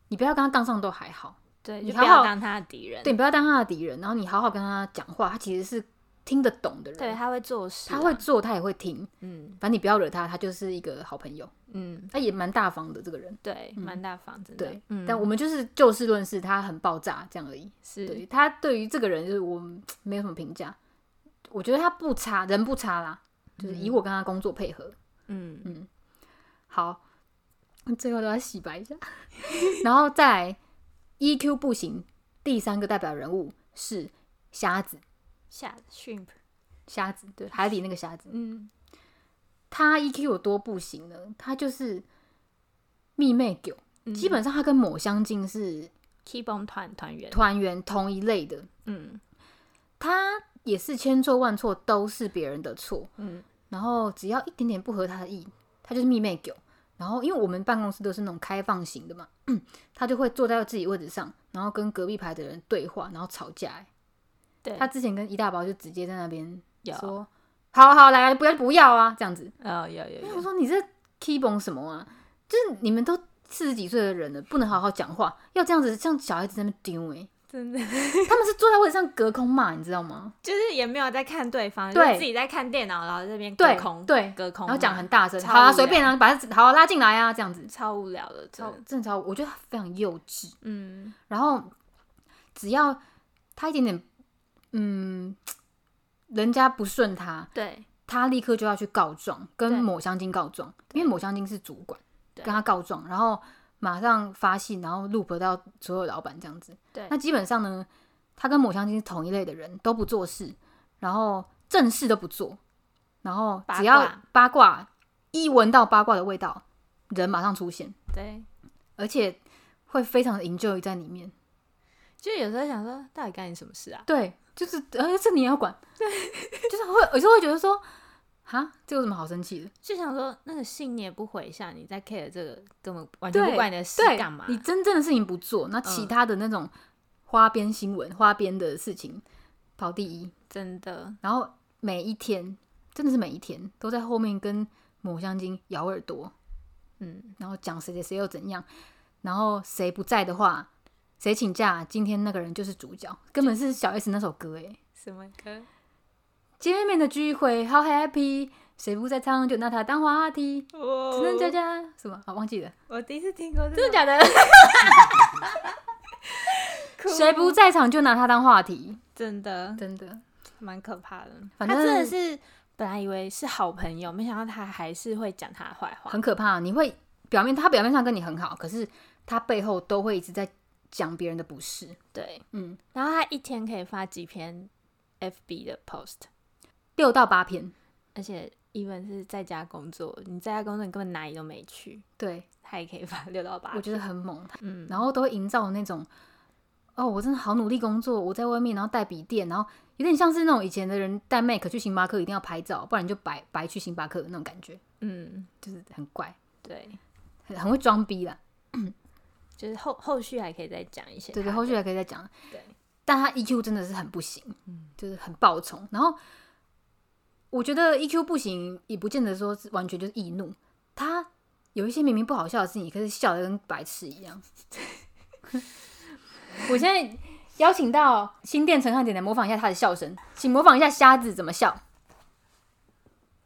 Speaker 1: 你不要跟他当上都还好，
Speaker 2: 对，
Speaker 1: 你
Speaker 2: 就
Speaker 1: 好
Speaker 2: 不要
Speaker 1: 好
Speaker 2: 当他的敌人。
Speaker 1: 对，你不要当他的敌人，然后你好好跟他讲话，他其实是听得懂的人，
Speaker 2: 对，他会做事啊、
Speaker 1: 他会做，他也会听，
Speaker 2: 嗯
Speaker 1: 反正你不要惹他，他就是一个好朋友，
Speaker 2: 嗯，
Speaker 1: 他也蛮大方的这个人。
Speaker 2: 对，蛮大方，真的。
Speaker 1: 嗯对，
Speaker 2: 嗯，
Speaker 1: 但我们就是就事论事，他很爆炸这样而已。对
Speaker 2: 是
Speaker 1: 他对于这个人，就是我们没有什么评价。我觉得他不差，人不差啦，就是以我跟他工作配合。
Speaker 2: 嗯
Speaker 1: 好，最后都要洗白一下， 然后再来 EQ 不行。第三个代表人物是瞎子，
Speaker 2: 下 shrimp，
Speaker 1: 瞎子对海底那个瞎子，
Speaker 2: 嗯，
Speaker 1: 他 EQ 有多不行呢？他就是蜜妹狗，
Speaker 2: 嗯
Speaker 1: 基本上他跟抹香鲸是
Speaker 2: keep on 团团圆，
Speaker 1: 团员同一类的，
Speaker 2: 嗯
Speaker 1: 他也是千错万错都是别人的错，
Speaker 2: 嗯
Speaker 1: 然后只要一点点不合他的意，他就是蜜妹狗。然后因为我们办公室都是那种开放型的嘛， 他就会坐在自己位置上，然后跟隔壁排的人对话，然后吵架欸。
Speaker 2: 对
Speaker 1: 他之前跟一大包就直接在那边
Speaker 2: 有
Speaker 1: 说：“好好来，不要不要啊！”这样子。
Speaker 2: 哦有有
Speaker 1: 因为
Speaker 2: 有
Speaker 1: 我，说你这 keybon 什么啊？就是你们都四十几岁的人了，不能好好讲话，要这样子像小孩子在那边丢哎、
Speaker 2: 真的
Speaker 1: 他们是坐在位置上隔空骂，你知道 吗？
Speaker 2: 就是也没有在看对方，
Speaker 1: 对
Speaker 2: 就是自己在看电脑，然后这边隔
Speaker 1: 对
Speaker 2: 空
Speaker 1: 对
Speaker 2: 隔空
Speaker 1: 然
Speaker 2: 嘛，
Speaker 1: 后讲很大声，
Speaker 2: 超
Speaker 1: 好啊，
Speaker 2: 无
Speaker 1: 随便
Speaker 2: 聊
Speaker 1: 啊，把他好、啊、拉进来啊，这样子。
Speaker 2: 超无聊的，真
Speaker 1: 超嗯
Speaker 2: 的，
Speaker 1: 正超，我觉得他非常幼稚。
Speaker 2: 嗯
Speaker 1: 然后只要他一点点，嗯，人家不顺他，
Speaker 2: 对
Speaker 1: 他立刻就要去告状，跟
Speaker 2: 对
Speaker 1: 抹香鲸告状，因为抹香鲸是主管，
Speaker 2: 对
Speaker 1: 跟他告状，然后马上发信，然后 loop 到所有老板这样子。
Speaker 2: 对
Speaker 1: 那基本上呢，他跟抹香鲸是同一类的人，都不做事，然后正事都不做，然后只要八卦一闻到八卦的味道，人马上出现。
Speaker 2: 对，
Speaker 1: 而且会非常的 enjoy 在里面。
Speaker 2: 就有时候想说，到底干你什么事啊？
Speaker 1: 对，就是呃，这你也要 管，就是会，有时候会觉得说，哈，这有什么好生气的？
Speaker 2: 就想说那个信你也不回一下，你在 care 这个根本完全
Speaker 1: 对，
Speaker 2: 不关你的事
Speaker 1: 对
Speaker 2: 干嘛？嗯
Speaker 1: 你真正的事情不做，那其他的那种花边新闻、花边的事情跑第一，
Speaker 2: 真的
Speaker 1: 然后每一天真的是每一天都在后面跟抹香鲸咬耳朵，
Speaker 2: 嗯，
Speaker 1: 然后讲谁谁谁又怎样，然后谁不在的话，谁请假，今天那个人就是主角，根本是小 S 那首歌诶。
Speaker 2: 什么歌？
Speaker 1: 见面的聚会好 happy，谁不在场就拿它当话题，
Speaker 3: 哦
Speaker 1: 只能佳佳什么好啊忘记了，
Speaker 3: 我第一次听过这
Speaker 1: 真的
Speaker 3: 种
Speaker 1: 假 的？
Speaker 3: 哭，
Speaker 1: 谁不在场就拿它当话题，
Speaker 2: 真的
Speaker 1: 真的，
Speaker 2: 蛮可怕的。
Speaker 1: 反
Speaker 2: 他真的
Speaker 1: 正
Speaker 2: 是本来以为是好朋友，没想到他还是会讲他的坏话。
Speaker 1: 很可怕。你会表面他表面上跟你很好，可是他背后都会一直在讲别人的不是。
Speaker 2: 对，
Speaker 1: 嗯，
Speaker 2: 然后他一天可以发几篇 FB 的 post，
Speaker 1: 六到八篇，
Speaker 2: 而且 even 是在家工作，你在家工作你根本哪里都没去，
Speaker 1: 对
Speaker 2: 他也可以发六到八。
Speaker 1: 我觉得很猛。
Speaker 2: 嗯，
Speaker 1: 然后都会营造那种，哦，我真的好努力工作，我在外面，然后带笔电，然后有点像是那种以前的人带 Mac 去星巴克一定要拍照，不然你就白白去星巴克的那种感觉，
Speaker 2: 嗯，
Speaker 1: 就是很怪，
Speaker 2: 对，
Speaker 1: 很很会装逼啦。
Speaker 2: 就是后后续还可以再讲一些他
Speaker 1: 对
Speaker 2: 的。
Speaker 1: 对，后续还可以再讲。
Speaker 2: 对，
Speaker 1: 但他 EQ 真的是很不行，
Speaker 2: 嗯
Speaker 1: 就是很暴冲。然后我觉得 EQ 不行，也不见得说是完全就是易怒，他有一些明明不好笑的事情，可是笑的跟白痴一样。 我现在邀请到新店陈汉典来模仿一下他的笑声，请模仿一下瞎子怎么笑。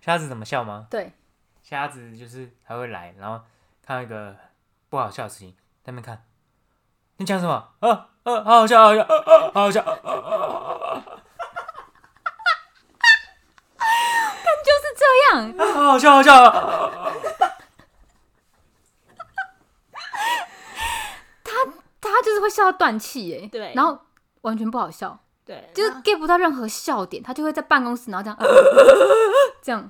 Speaker 4: 瞎子怎么笑吗？
Speaker 1: 对，
Speaker 4: 瞎子就是还会来，然后看到一个不好笑的事情，在那边看，你讲什么？啊啊，好好笑，好好笑，啊啊，好 好笑，啊啊
Speaker 1: 就是这样，
Speaker 4: 啊，好好笑，好好笑。啊啊啊
Speaker 1: 他就是会笑到断气哎。
Speaker 2: 对
Speaker 1: 然后完全不好笑。
Speaker 2: 对，啊
Speaker 1: 就是
Speaker 2: 然后
Speaker 1: get 不到任何笑点，他就会在办公室，然后这 样，呃、这样，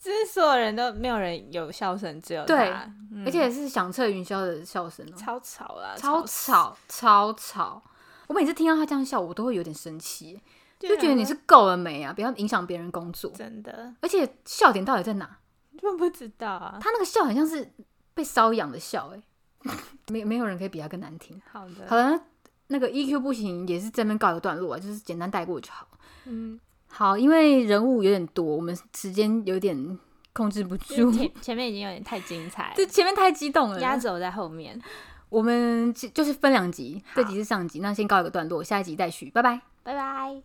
Speaker 2: 就是所有人都没有人有笑声，只有
Speaker 1: 对
Speaker 2: 他，嗯
Speaker 1: 而且是响彻云霄的笑声哦、
Speaker 2: 超吵啊，
Speaker 1: 超
Speaker 2: 死，
Speaker 1: 吵，超吵。我每次听到他这样笑，我都会有点生气，
Speaker 2: 就
Speaker 1: 就觉得你是够了没啊，不要影响别人工作。
Speaker 2: 啊真的，
Speaker 1: 而且笑点到底在哪？
Speaker 2: 就不知道啊。
Speaker 1: 他那个笑很像是被瘙痒的笑、欸， 没没有人可以比他更难听。
Speaker 2: 好的，
Speaker 1: 好了，那那个 EQ 不行，也是这边告一个段落啊，就是简单带过就好。
Speaker 2: 嗯，
Speaker 1: 好，因为人物有点多，我们时间有点控制不
Speaker 2: 就
Speaker 1: 住
Speaker 2: 是。前前面已经有点太精彩了，
Speaker 1: 这前面太激动了，
Speaker 2: 压轴在后面，
Speaker 1: 我们就就是分两集，
Speaker 2: 好
Speaker 1: 这集是上集，那先告一个段落，下一集再续，拜拜。
Speaker 2: 拜拜。